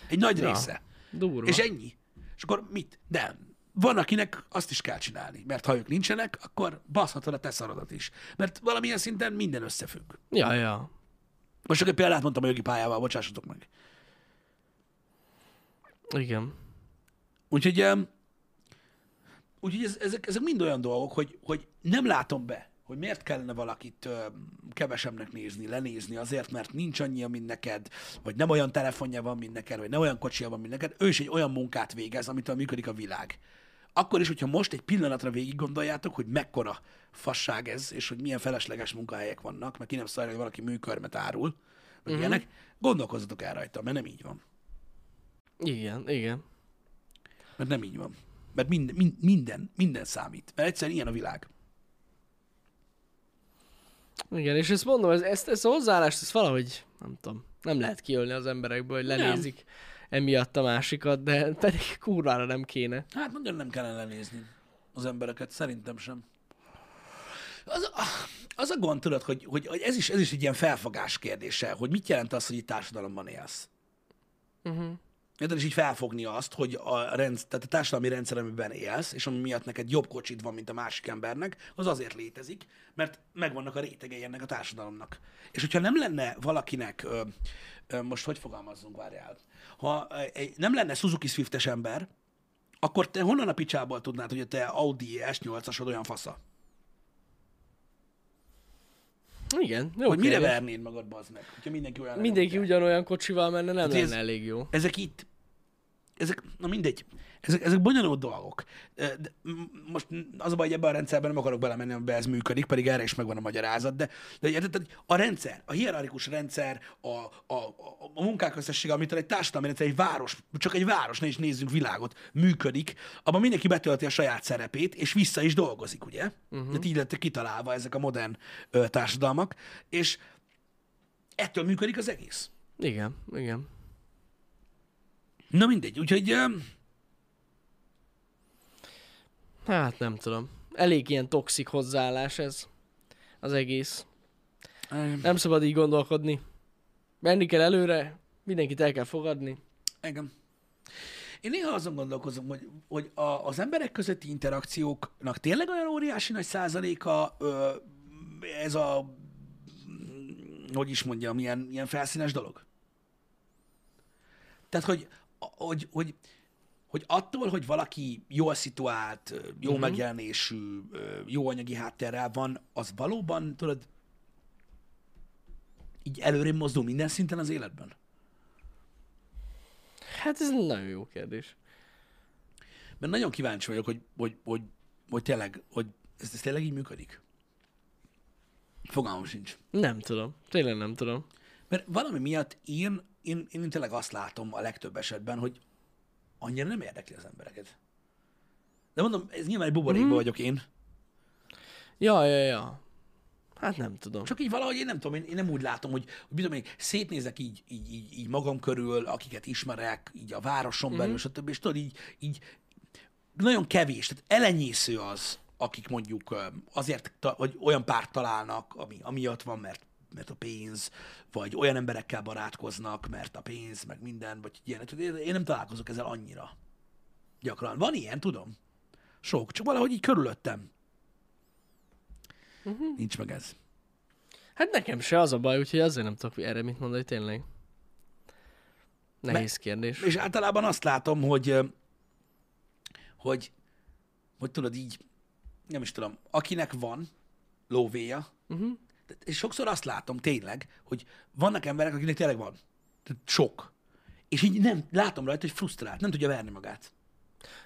Egy nagy Ja. része. Durva. És ennyi. És akkor mit? Nem. Van, akinek azt is kell csinálni, mert ha ők nincsenek, akkor baszhatod a te szarodat is. Mert valamilyen szinten minden összefügg. Ja, ja. Most csak egy példát mondtam a jogi pályával, bocsássatok meg. Igen. Úgyhogy, em, úgyhogy ez, ezek, ezek mind olyan dolgok, hogy, hogy nem látom be, hogy miért kellene valakit ö, kevesebbnek nézni, lenézni azért, mert nincs annyia, mint neked, vagy nem olyan telefonja van, mint neked, vagy nem olyan kocsia van, mint neked. Ő is egy olyan munkát végez, amitől működik a világ. Akkor is, hogyha most egy pillanatra végig gondoljátok, hogy mekkora fasság ez, és hogy milyen felesleges munkahelyek vannak, mert ki nem szarja, hogy valaki műkörmet árul, vagy uh-huh. ilyenek, gondolkozzatok el rajta, mert nem így van. Igen, igen. Mert nem így van. Mert minden, mind, minden, minden számít. Mert egyszerűen ilyen a világ. Igen, és ezt mondom, ez, ezt, ezt a hozzáállást, ezt valahogy, nem tudom, nem lehet kiölni az emberekből, hogy lenézik emiatt a másikat, de pedig kurvára nem kéne. Hát nagyon nem kell ellenézni az embereket, szerintem sem. Az, az a gond, tudod, hogy, hogy hogy ez, is, ez is egy ilyen felfogás kérdése, hogy mit jelent az, hogy itt társadalomban élsz. Uh-huh. Érted? És így felfogni azt, hogy a, rendsz, tehát a társadalmi rendszer, amiben élsz, és ami miatt neked jobb kocsid van, mint a másik embernek, az azért létezik, mert megvannak a rétegei ennek a társadalomnak. És hogyha nem lenne valakinek, ö, ö, most hogy fogalmazzunk, várjál, ha ö, egy- nem lenne Suzuki Swiftes ember, akkor te honnan a picsából tudnád, hogy a te Audi S8-asod olyan fasza? Igen, jó Hogy mire kérdés. vernéd magad, bazd meg? Hogyha mindenki olyan Mindenki ugyanolyan kocsival menne, nem ez- lenne elég jó. ezek itt, ezek, na mindegy, ezek, ezek bonyolult dolgok. Ö, De m- most az a baj, hogy ebben a rendszerben nem akarok belemenni, amiben ez működik, pedig erre is megvan a magyarázat, de, de érted, tehát a rendszer, a hierarchikus rendszer, a, a, a, a munkák összessége, amit egy társadalmi rendszer, egy város, csak egy város, ne is nézzünk világot, működik, abban mindenki betölti a saját szerepét, és vissza is dolgozik, ugye? Uh-huh. Tehát így lettek kitalálva ezek a modern ö, társadalmak, és ettől működik az egész. Igen, igen. Na mindegy, úgyhogy... Ö, Hát nem tudom. Elég ilyen toxik hozzáállás ez. Az egész. ö, Nem szabad így gondolkodni. Menni kell előre, mindenkit el kell fogadni. Engem. Én néha azon gondolkozom, hogy, hogy a, az emberek közötti interakcióknak tényleg olyan óriási nagy százaléka ö, ez a, mm, hogy is mondjam, ilyen, ilyen felszínes dolog? Tehát, hogy, a- hogy, hogy, hogy attól, hogy valaki jól szituált, ö, jó mm-hmm. megjelenésű, ö, jó anyagi háttérrel van, az valóban, tudod, így előrébb mozdul minden szinten az életben? Hát ez nagyon jó kérdés. Mert nagyon kíváncsi vagyok, hogy, hogy, hogy, hogy tényleg, hogy ez, ez tényleg így működik. Fogalmam sincs. Nem tudom. Tényleg nem tudom. Mert valami miatt én, én, én tényleg azt látom a legtöbb esetben, hogy annyira nem érdekli az embereket. De mondom, ez nyilván egy buborékban vagyok én. Ja, ja, ja. Hát nem tudom. Csak így valahogy én nem tudom, én, én nem úgy látom, hogy, hogy mit tudom én, szétnézek így, így, így, így magam körül, akiket ismerek, így a városon belül, stb. És tudod, így, így nagyon kevés, tehát elenyésző az, akik mondjuk ö, azért, ta- vagy olyan párt találnak, ami amiatt van, mert mert a pénz, vagy olyan emberekkel barátkoznak, mert a pénz, meg minden, vagy ilyen. Tehát én- Én nem találkozok ezzel annyira gyakran. Van ilyen, tudom. Sok, csak valahogy így körülöttem. Uh-huh. Nincs meg ez. Hát nekem se az a baj, úgyhogy azért nem tudok erre mit mondani, tényleg. Nehéz kérdés. És általában azt látom, hogy, ö, hogy, hogy tudod így, nem is tudom, akinek van lóvéja, uh-huh. és sokszor azt látom tényleg, hogy vannak emberek, akinek tényleg van. Tehát Sok. És így nem, látom rajta, hogy frusztrált, nem tudja verni magát.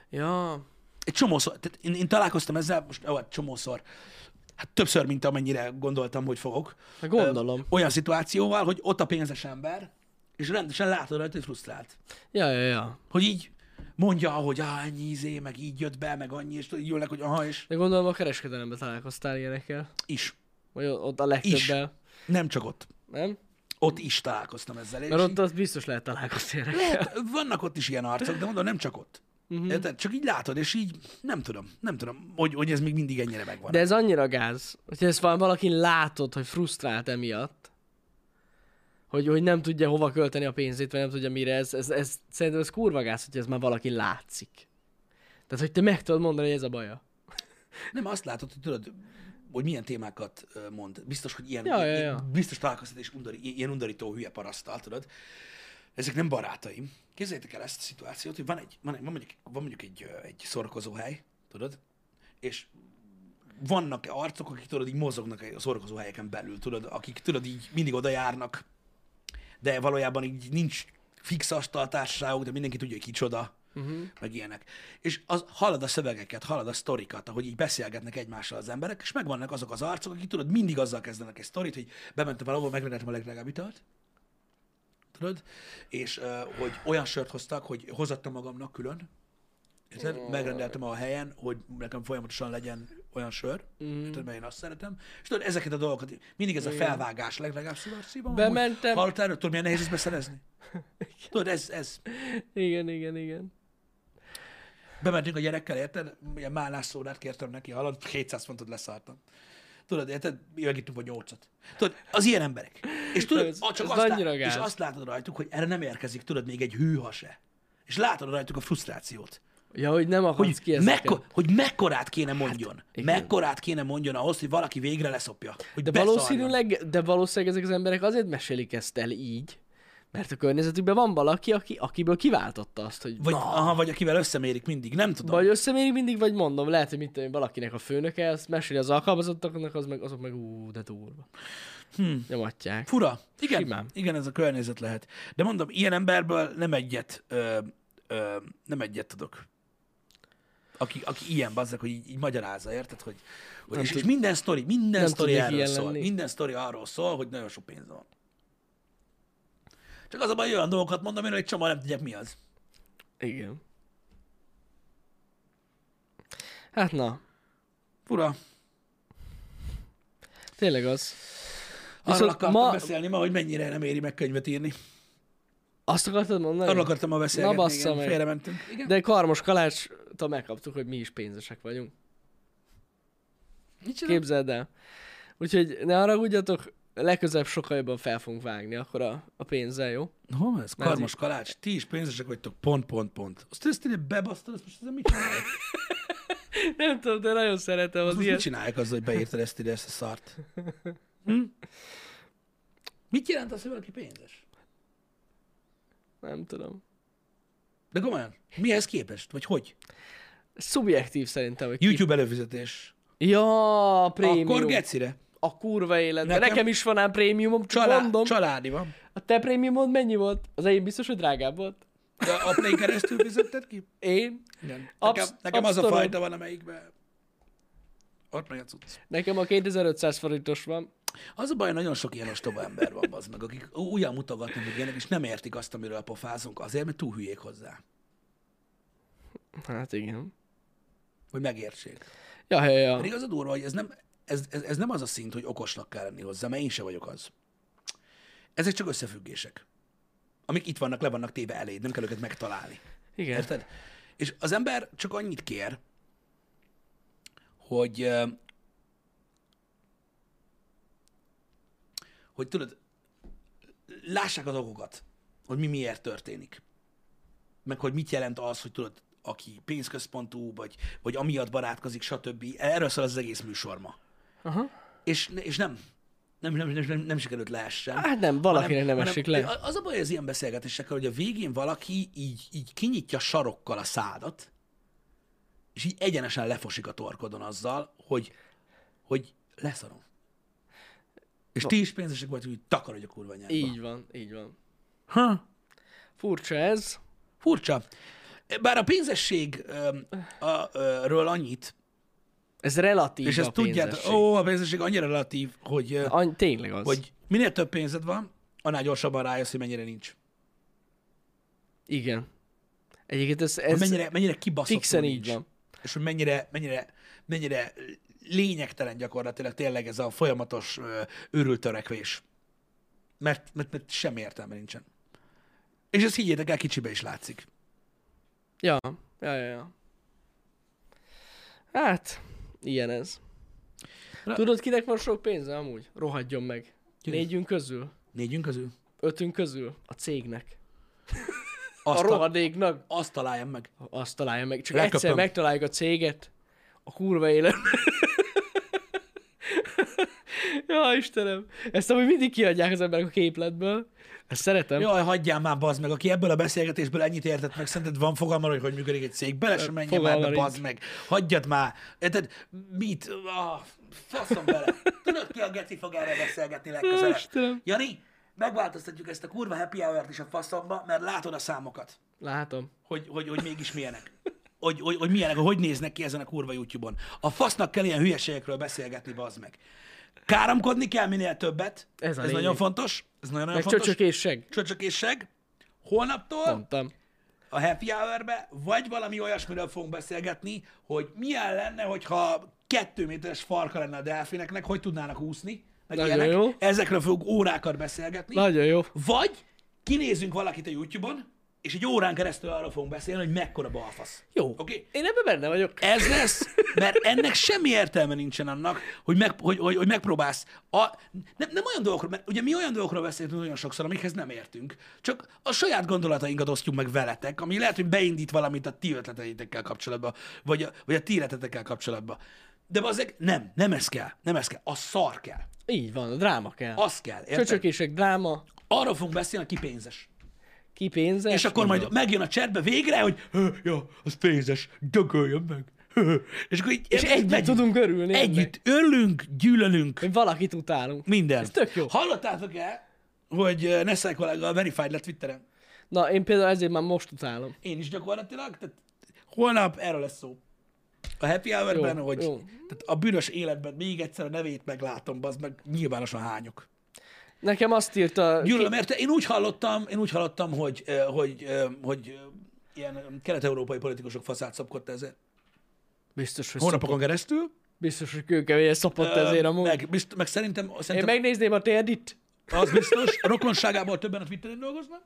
Ja, Egy csomószor, tehát én, én találkoztam ezzel, most ó, hát csomószor, hát többször, mint amennyire gondoltam, hogy fogok. hát gondolom. Olyan szituációval, hogy ott a pénzes ember, és rendesen látod rajta, hogy frusztrált Ja, ja, ja. hogy így mondja, hogy á, ennyi izé, meg így jött be, meg annyi, és tudod, így jönnek, hogy aha, és De gondolom a kereskedelemben találkoztál ilyenekkel. is. Vagy o- ott a legtöbbel. Nem csak ott. Nem? Ott is találkoztam ezzel. És Mert így, ott az biztos lehet találkozni ilyenekkel. lehet, vannak ott is ilyen arcok, de mondom, nem csak ott. Mhm. Uh-huh. Érted? Csak így látod, és így nem tudom, nem tudom, hogy, hogy ez még mindig ennyire megvan. De ez annyira gáz, hogyha ezt van valakin látod, hogy frusztrált emiatt, hogy, hogy nem tudja hova költeni a pénzét, vagy nem tudja mire, ez, ez, ez szerintem ez kurva gáz, hogy ez már valaki látszik. Tehát, hogy te meg tudod mondani, hogy ez a baja. Nem, azt látod, hogy tudod, hogy milyen témákat ö, mond. Biztos, hogy ilyen, Ja, ja, ilyen- ja. biztos találkoztad és undori, ilyen undorító hülye parasztal, tudod. Ezek nem barátaim. Képzeljétek el ezt a szituációt, hogy van, egy, van, egy, van mondjuk, van mondjuk egy, ö, egy szórakozó hely, tudod, és vannak arcok, akik tudod, így mozognak a szórakozó helyeken belül, tudod, akik tudod, így mindig oda járnak, de valójában így nincs fix asztal társaságok, de mindenki tudja, hogy kicsoda, uh-huh. meg ilyenek. És az, hallod a szövegeket, hallod a sztorikat, ahogy így beszélgetnek egymással az emberek, és megvannak azok az arcok, akik tudod, mindig azzal kezdenek egy sztorit, hogy bementem valahol, megrendeltem a legdrágább italt, tudod, és uh, hogy olyan sört hoztak, hogy hozattam magamnak külön, Érted? Megrendeltem a helyen, hogy nekem folyamatosan legyen olyan sör, mm. érted, mert én azt szeretem. És tudod, ezeket a dolgokat, mindig ez a felvágás leglegalább szívar szívom. amúgy. Bementem. Hallottál, erről? tudod, milyen nehéz ezt beszerezni? Tudod, ez, ez. Igen, igen, igen. Bementünk a gyerekkel, érted? Ilyen málás szólát kértem neki, hallod, 200 fontot leszartam. Tudod, érted? Mi megittünk a nyolcat. Tudod, az ilyen emberek. És tudod, Ez- a- csak ez azt, lát, annyira gáz. és azt látod rajtuk, hogy erre nem érkezik, tudod, még egy hűha se. és látod rajtuk a frusztrációt. Ja, hogy nem akarsz ki Hogy, ezeket. mekko, hogy mekkorát kéne mondjon. Hát, igen. mekkorát kéne mondjon ahhoz, hogy valaki végre leszopja. Hogy De beszarjon. valószínűleg, de valószínűleg ezek az emberek azért mesélik ezt el így, mert a környezetükben van valaki, aki, akiből kiváltotta azt, hogy Vagy, aha, vagy akivel összemérik mindig, nem tudom. Vagy összemérik mindig, vagy mondom, lehet, hogy mit tudom, én, valakinek a főnöke, azt meséli az alkalmazottaknak, az meg, azok meg ú, de durva. Hm. Hmm. Nyomatják. Fura. Igen, Simán. igen, ez a környezet lehet. De mondom, ilyen emberből nem egyet, ö, ö, nem egyet tudok. Aki, aki ilyen bazzak, hogy így, így magyarázza, érted? Hogy, hogy és, és, minden sztori, minden nem sztori tudnék erről ilyen szól. lenni. Minden sztori arról szól, hogy nagyon sok pénz van. Csak az a baj, olyan dolgokat mondom, én, hogy egy csomó nem tudják, mi az. Igen. Hát na, Fura. tényleg az. Arról Viszont akartam ma- beszélni ma, hogy mennyire nem éri meg könyvet írni. Azt akartad mondani? Arról akartam ma beszélgetni. bassza igen, meg. Félrementünk. Igen. De karmos kalácstól megkaptuk, hogy mi is pénzesek vagyunk. Micsoda? Képzeld el. Úgyhogy ne haragudjatok, legközelebb sokkal jobban fel fogunk vágni akkor a, a pénzzel, jó? Hol van ez? Mert Karmos kalács, ti is pénzesek vagytok, pont, pont, pont. Azt ezt ide bebasztod, azt most ezzel mit csinálják? Nem tudom, de nagyon szeretem Azt az most mit ilyet. csinálják azzal, hogy beírtad ezt ide, ezt a szart? Hm? Mit jelent az, hogy valaki pénzes? Nem tudom. De komolyan, mihez képest? Vagy hogy? Szubjektív szerintem, hogy ki YouTube előfizetés. Ja, a prémium. Akkor gecire. A kurva életben. Nekem- Nekem, Nekem is van ám prémiumom, csak Csalá- mondom. Családi van. A te prémiumod mennyi volt? Az enyém biztos, hogy drágább volt. De a Play keresztül fizetted ki? Én? Igen. Nekem, Absz- nekem az a abszolút. fajta van, amelyikben ott megy a cucc. Nekem a 2500 forintos van. Az a baj, hogy nagyon sok ilyen ostoba ember van, az meg, akik ú- ugyan mutogatnak, hogy ilyenek, és nem értik azt, amiről pofázunk, azért, mert túl hülyék hozzá, Hát igen. hogy megértsék. Ja, ja, ja. Pedig az a durva, hogy ez nem, ez, ez, ez nem az a szint, hogy okosnak kell lenni hozzá, mert én se vagyok az. Ezek csak összefüggések, amik itt vannak, le vannak téve eléd, nem kell őket megtalálni. Igen. Érted? És az ember csak annyit kér, hogy ö, hogy tudod, lássák az okokat, hogy mi miért történik. Meg hogy mit jelent az, hogy tudod, aki pénzközpontú, vagy, vagy amiatt barátkozik, stb. Erről szól az egész műsor ma. Aha. És, és nem, nem, nem, nem, nem, nem sikerült leessen. Hát nem, valakinek nem hanem- esik le. Az a baj az ilyen beszélgetésekkel, hogy a végén valaki így, így kinyitja sarokkal a szádat, és így egyenesen lefosik a torkodon azzal, hogy, hogy leszarom. És ti is pénzesek vagy, hogy takarodj a kurva nyárba. Így van, így van. Ha? Furcsa ez. Furcsa. Bár a pénzességről annyit, Ez relatív és ezt a tudjátok, pénzesség. ó, a pénzesség annyira relatív, hogy, ö, Any- tényleg az. hogy minél több pénzed van, annál gyorsabban rájössz, hogy mennyire nincs. Igen. Egyébként ez, ez ez mennyire, mennyire kibaszott fixen így van. És hogy mennyire, mennyire, mennyire lényegtelen gyakorlatilag tényleg ez a folyamatos ö, őrült törekvés. Mert, mert, mert semmi értelme nincsen. És ezt higgyétek el, kicsibe is látszik. Ja, ja, ja, ja. Hát, ilyen ez. Ra- Tudod, kinek van sok pénze amúgy? Rohadjon meg. Kinek? Négyünk közül? Négyünk közül. Ötünk közül? A cégnek. A Azt, ta, rohadéknak. azt találjam meg. Azt találja meg. Csak Leköpöm. egyszer megtaláljuk a céget. A kurva élet. ja, Istenem. Ezt amúgy mindig kiadják az emberek a képletből. Ezt szeretem. Jaj, hagyjál már, bazd meg, aki ebből a beszélgetésből ennyit értett meg, szerinted van fogalma, hogy hogy működik egy cég, bele sem menjen már, be, Fogalma nincs. bazd meg, hagyjad már, érted, mit, ah, faszom bele, tudod ki a geci fog erre beszélgetni legközelebb. Istenem. Jani, megváltoztatjuk ezt a kurva happy hour-t is a faszomba, mert látod a számokat, Látom. hogy, hogy, hogy mégis milyenek. Hogy, hogy, hogy milyenek, hogy néznek ki ezen a kurva YouTube-on. A fasznak kell ilyen hülyeségekről beszélgetni, bazd meg. Káromkodni kell minél többet, Ez a ez lényeg. nagyon fontos, ez nagyon-nagyon Meg fontos. csöcsök és seg. Csöcsök és seg. Holnaptól Mondtam. a happy hour vagy valami olyasmiről fogunk beszélgetni, hogy milyen lenne, hogyha kettő méteres farka lenne a delfineknek, hogy tudnának úszni, meg Nagyon ilyenek. jó. Ezekről fogunk órákat beszélgetni. Nagyon jó. Vagy kinézünk valakit a YouTube-on, és egy órán keresztül arról fogunk beszélni, hogy mekkora balfasz. Jó. Oké. Én ebben benne vagyok. Ez lesz, mert ennek semmi értelme nincsen annak, hogy, meg, hogy, hogy, hogy megpróbálsz. A, nem, nem olyan dolgokról, mert ugye mi olyan dolgokról beszéltünk nagyon sokszor, amikhez nem értünk. Csak a saját gondolatainkat osztjuk meg veletek, ami lehet, hogy beindít valamit a ti ötleteitekkel kapcsolatban, vagy a, vagy a ti életetekkel kapcsolatban. De azért nem, nem ez kell, nem ez kell. A szar kell. Így van, a dráma kell. A... Az kell, érted? Csöcsökések, dráma, Arról fogunk beszélni, aki pénzes. ki pénzes. És akkor majd megjön a cserbe végre, hogy "Hő, ja, az pénzes, dögöljön meg. Hő. És akkor így, És egyben tudunk örülni. ennek, Együtt örülünk, gyűlölünk, Hogy valakit utálunk. minden. Ez tök jó. Hallottátok-e, hogy eh, Nessai kollega a Verified lett Twitteren? Na, én például ezért már most utálom. Én is gyakorlatilag, tehát holnap erről lesz szó. A happy hour-ben, Jó, hogy jó. tehát a bűnös életben még egyszer a nevét meglátom, az meg nyilvánosan hányok. Nekem azt írta... Gyűlölöm érte, én úgy hallottam, én úgy hallottam, hogy, eh, hogy, eh, hogy eh, ilyen kelet-európai politikusok faszát szopkodta ezért. Biztos, hogy, szop... Hónapokon keresztül. Biztos, hogy kőkeményen szopott ezért amúgy. meg, bizt, meg szerintem, Én szerintem megnézném a térdit. Az biztos, rokonságából többen a Twitteren dolgoznak.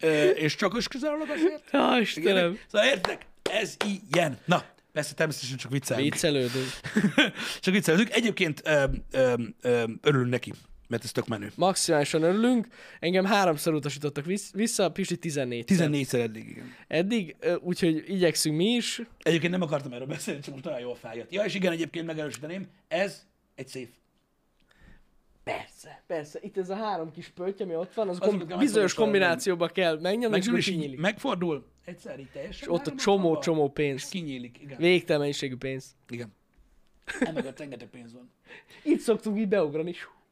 Ö, és csak is kizárólag azért. Ja, Szóval Istenem. értek, ez ilyen. Na, persze természetesen csak viccelünk. Viccelődünk. csak viccelünk. Egyébként öm, öm, öm, örülünk neki, mert ez tök menő. Maximálisan örülünk. Engem háromszor utasítottak visz- vissza, Pisti 14 14-szer eddig, igen. Eddig, ö, úgyhogy igyekszünk mi is. Egyébként nem akartam erről beszélni, csak most olyan jól feljött. Ja, és igen, egyébként megerősíteném, ez egy szép. Persze, persze. Itt ez a három kis pötty, ami ott van, az Azokat kom- kell bizonyos megszorítani. kombinációba kell megnyomni, Meg, és akkor is így kinyílik. megfordul. Egyszer így teljesen. Ott a három oldalba, csomó-csomó és pénz. Kinyílik, igen. Végtelen mennyiségű pénz. igen. Emögött rengeteg pénz van. Itt szoktunk így beugrani.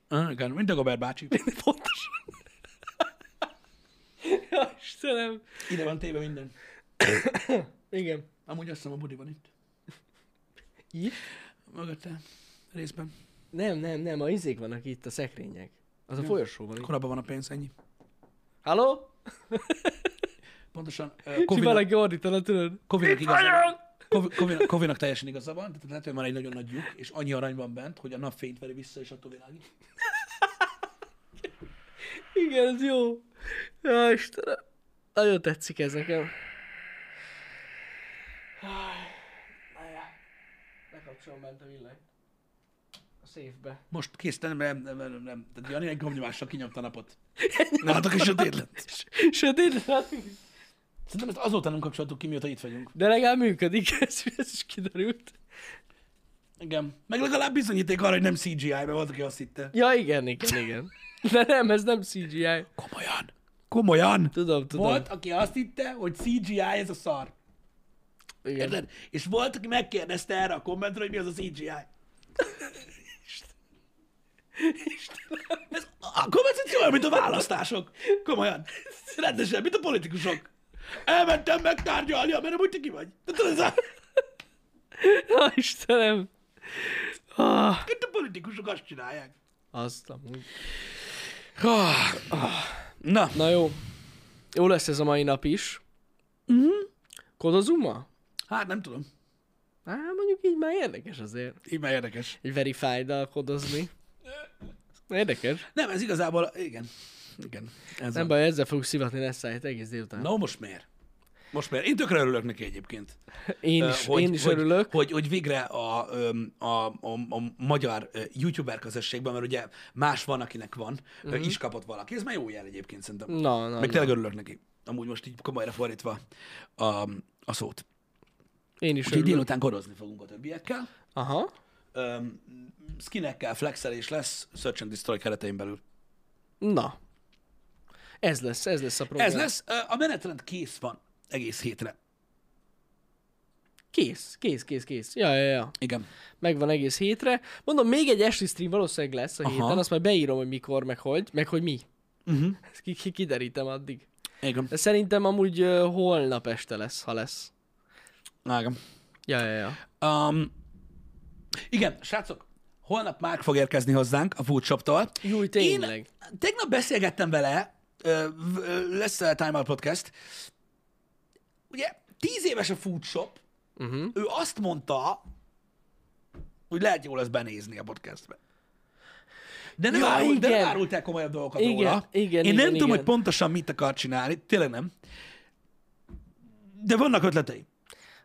Hú, Ah, igen, mint a Gaber bácsi. Pontosan. ja, Istenem. Ide van téve minden. Igen. Amúgy azt hiszem a budi van itt. Itt? Mögötte. Részben. Nem, nem, nem, a izék vannak itt, a szekrények. Az a folyosóban. itt. Korábban van a pénz, ennyi. Halló? Pontosan ö, Ki Kovinak- valaki ordítana, tudod? Kovinak Itt igaza van. vagyok! Kovi- Kovinak- Kovinak teljesen igaza van, tehát lehet, hogy van egy nagyon nagy lyuk, és annyi arany van bent, hogy a nap fényt veri vissza, és attól világít. Igen, ez jó. Ja, Istenem. Nagyon tetszik ez nekem. Bekapcsolom bent a villany. A széfbe. Most kész, nem, nem, nem, nem, nem. Tehát Jani egy gombnyomással kinyomta a napot. Látok is sötét lett. Sötét látunk. Szerintem ezt azóta nem kapcsoltuk ki, mióta itt vagyunk. De legalább működik, ez, ez is kiderült. Igen. Meg legalább bizonyíték arra, hogy nem CGI-ben volt, aki azt hitte. Ja, igen, igen, igen. De nem, ez nem CGI. Komolyan. Komolyan. Tudom, tudom. Volt, aki azt hitte, hogy CGI ez a szar. igen. Érted? És volt, aki megkérdezte erre a kommentre, hogy mi az a CGI. Ez a kommentáció olyan, mint a választások. Komolyan. Rendesen, mint a politikusok. Elmentem megtárgyalni, mert amúgy te ki vagy. De tudod, ez a, Ja, Istenem. Ah, itt a politikusok azt csinálják. azt amúgy. Na, Na jó. Jó lesz ez a mai nap is. Mhm. Kodozunk ma? hát nem tudom. Á, mondjuk így már érdekes azért. Így már érdekes. Egy verified kodozni. Érdekes. Nem, ez igazából, igen. Igen. Ez Nem nem baj, ezzel fogok szivatni Nessájt egész délután. Na, most miért? Most miért? Én tökre örülök neki egyébként. Én Ö, is, én is örülök. Hogy, hogy végre a, öm, a, a, a magyar ö, youtuber közösségben, mert ugye más van, akinek van, Mhm. uh-huh. is kapott valaki. Ez már jó jel egyébként szerintem. Na, na, Meg na. tényleg örülök neki. Amúgy most így komolyra fordítva a, a szót. Én is Úgyhogy örülök. délután korozni fogunk a többiekkel. Aha. Öm, skinekkel, flexelés lesz Search and Destroy keretein belül. Na. Ez lesz, ez lesz a program. Ez lesz. Ö, A menetrend kész van egész hétre. Kész, kész, kész, kész. Ja, ja, ja. Igen. Megvan egész hétre. Mondom, még egy esti stream valószínűleg lesz a Aha. héten, azt majd beírom, hogy mikor, meg hogy, meg hogy mi. Uh-huh. Ezt ki- ki- kiderítem addig. Igen. De szerintem amúgy ö, holnap este lesz, ha lesz. Igen. Ja, ja, ja. Um, igen, srácok, holnap Márk fog érkezni hozzánk a Foodshop-tól. Júj, tényleg. Én tegnap beszélgettem vele, ö, v- ö, lesz a Time Out Podcast. Ugye, tíz éves a Foodshop, Uh-huh. ő azt mondta, hogy lehet jó lesz benézni a podcastbe. De nem, Ja, ja, árult, de nem igen. árulták komolyabb dolgokat Igen, róla. igen, Én igen, nem tudom, igen. hogy pontosan mit akar csinálni, tényleg nem. De vannak ötletei.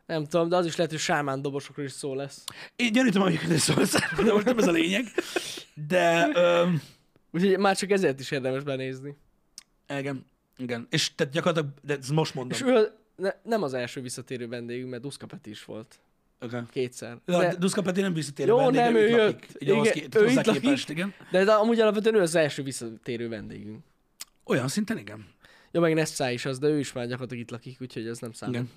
Nem tudom, de az is lehet, hogy sámán dobosokról is szó lesz. Én gyanítom, amiket ez szólsz, de most nem ez a lényeg. De, öm, Úgyhogy már csak ezért is érdemes benézni. igen, igen. És tehát gyakorlatilag, de ezt most mondom. És ő a- ne, nem az első visszatérő vendégünk, mert Duszka Peti is volt. Okay. Kétszer. De... De, Duszka Peti nem visszatér Jó, a vendég, nem, de ő itt lakik. jött. Ugye ahhoz Igen, ké- ő itt hozzá lakik. képest, igen. de, de amúgy alapvetően ő az első visszatérő vendégünk. Olyan szinten, igen. Jó, meg Nessá is az, de ő is már gyakorlatilag itt lakik, úgyhogy ez nem számít. Igen.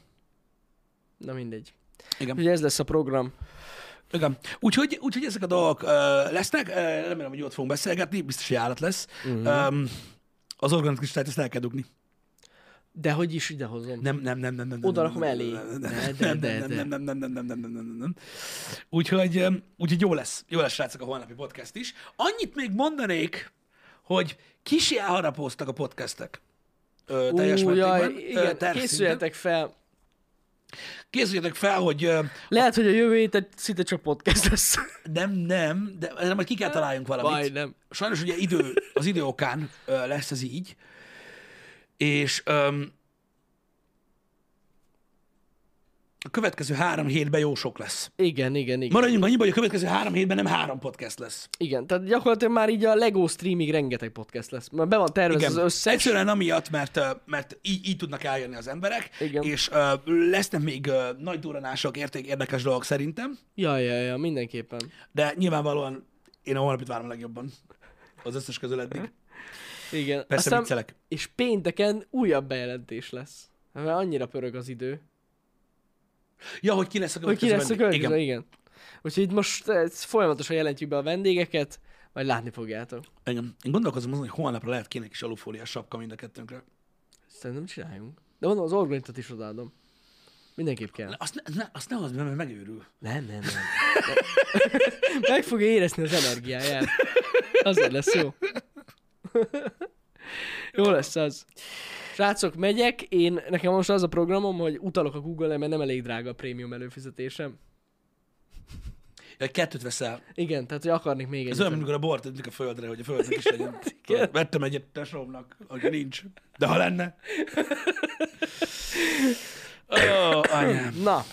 Na mindegy. Igen. Ugye ez lesz a program. Igen. Úgyhogy, úgyhogy ezek a dolgok uh, lesznek, uh, remélem, hogy ott fogunk beszélgetni, biztos, hogy állat lesz. Mhm. Uh-huh. Um, az organizmustájt ezt el kell dugni. De hogy is idehozom. Nem, nem, nem, nem, nem. Oda nem, nem, rakom elé. nem, nem, De, de, Nem, de, nem, de. nem, nem, nem, nem, nem, nem, nem, nem, nem, nem. Úgyhogy, öm, úgyhogy jó lesz. Jó lesz, srácok, a holnapi podcast is. Annyit még mondanék, hogy kisi elharapóztak a podcastek. Ö, teljes Ú, mértékben. jaj, Ö, igen, terv szinten. készüljetek fel. Készüljetek fel, hogy ö, Lehet, hogy a jövő héten szinte csak podcast lesz. nem, nem, de erre majd ki kell találjunk valamit. Baj, nem. Sajnos ugye idő, az idő okán ö, lesz ez így. És öm, a következő három hétben jó sok lesz. Igen, igen, igen. Maradjunk annyiban, hogy a következő három hétben nem három podcast lesz. Igen, tehát gyakorlatilag már így a Lego streamig rengeteg podcast lesz. Már be van tervezve az összes. Egyszerűen amiatt, mert, ö, mert így, így tudnak eljönni az emberek, Igen. és ö, lesznek még ö, nagy duranások, érték, érdekes dolgok szerintem, Ja, ja, ja, mindenképpen. de nyilvánvalóan én a holnapit várom a legjobban. Az összes közül eddig. Igen. Persze viccelek. És pénteken újabb bejelentés lesz. Mert annyira pörög az idő. Ja, hogy ki lesz a Hogy következő ki lesz a vendég. következő, igen. igen. Úgyhogy itt most eh, folyamatosan jelentjük be a vendégeket, majd látni fogjátok. Igen. Én gondolkozom azon, hogy holnapra lehet kéne kis alufóliás sapka mind a kettőnkre. Szerintem csináljunk. De mondom, az orgonytat is odaadom. Mindenképp kell. Azt ne, ne, azt ne hozd be, mert megőrül. Nem, nem, nem. Meg fogja érezni az energiáját. Azért lesz jó. Jó lesz az. Srácok, megyek. Én, nekem most az a programom, hogy utalok a Google-re, mert nem elég drága a prémium előfizetésem. Ja, kettőt veszel. Igen, tehát hogy akarnék még Ez egyet. olyan, mint amikor a bort öntük a földre, hogy a földnek is legyen. Igen. Vettem egyet tesómnak, aki nincs. De ha lenne. Ó, oh, anyám. Na,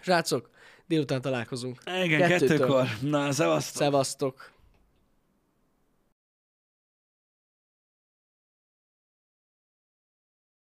srácok, délután találkozunk. Igen, Kettőtől. kettőkor. Na, szevasztok. Szevasztok.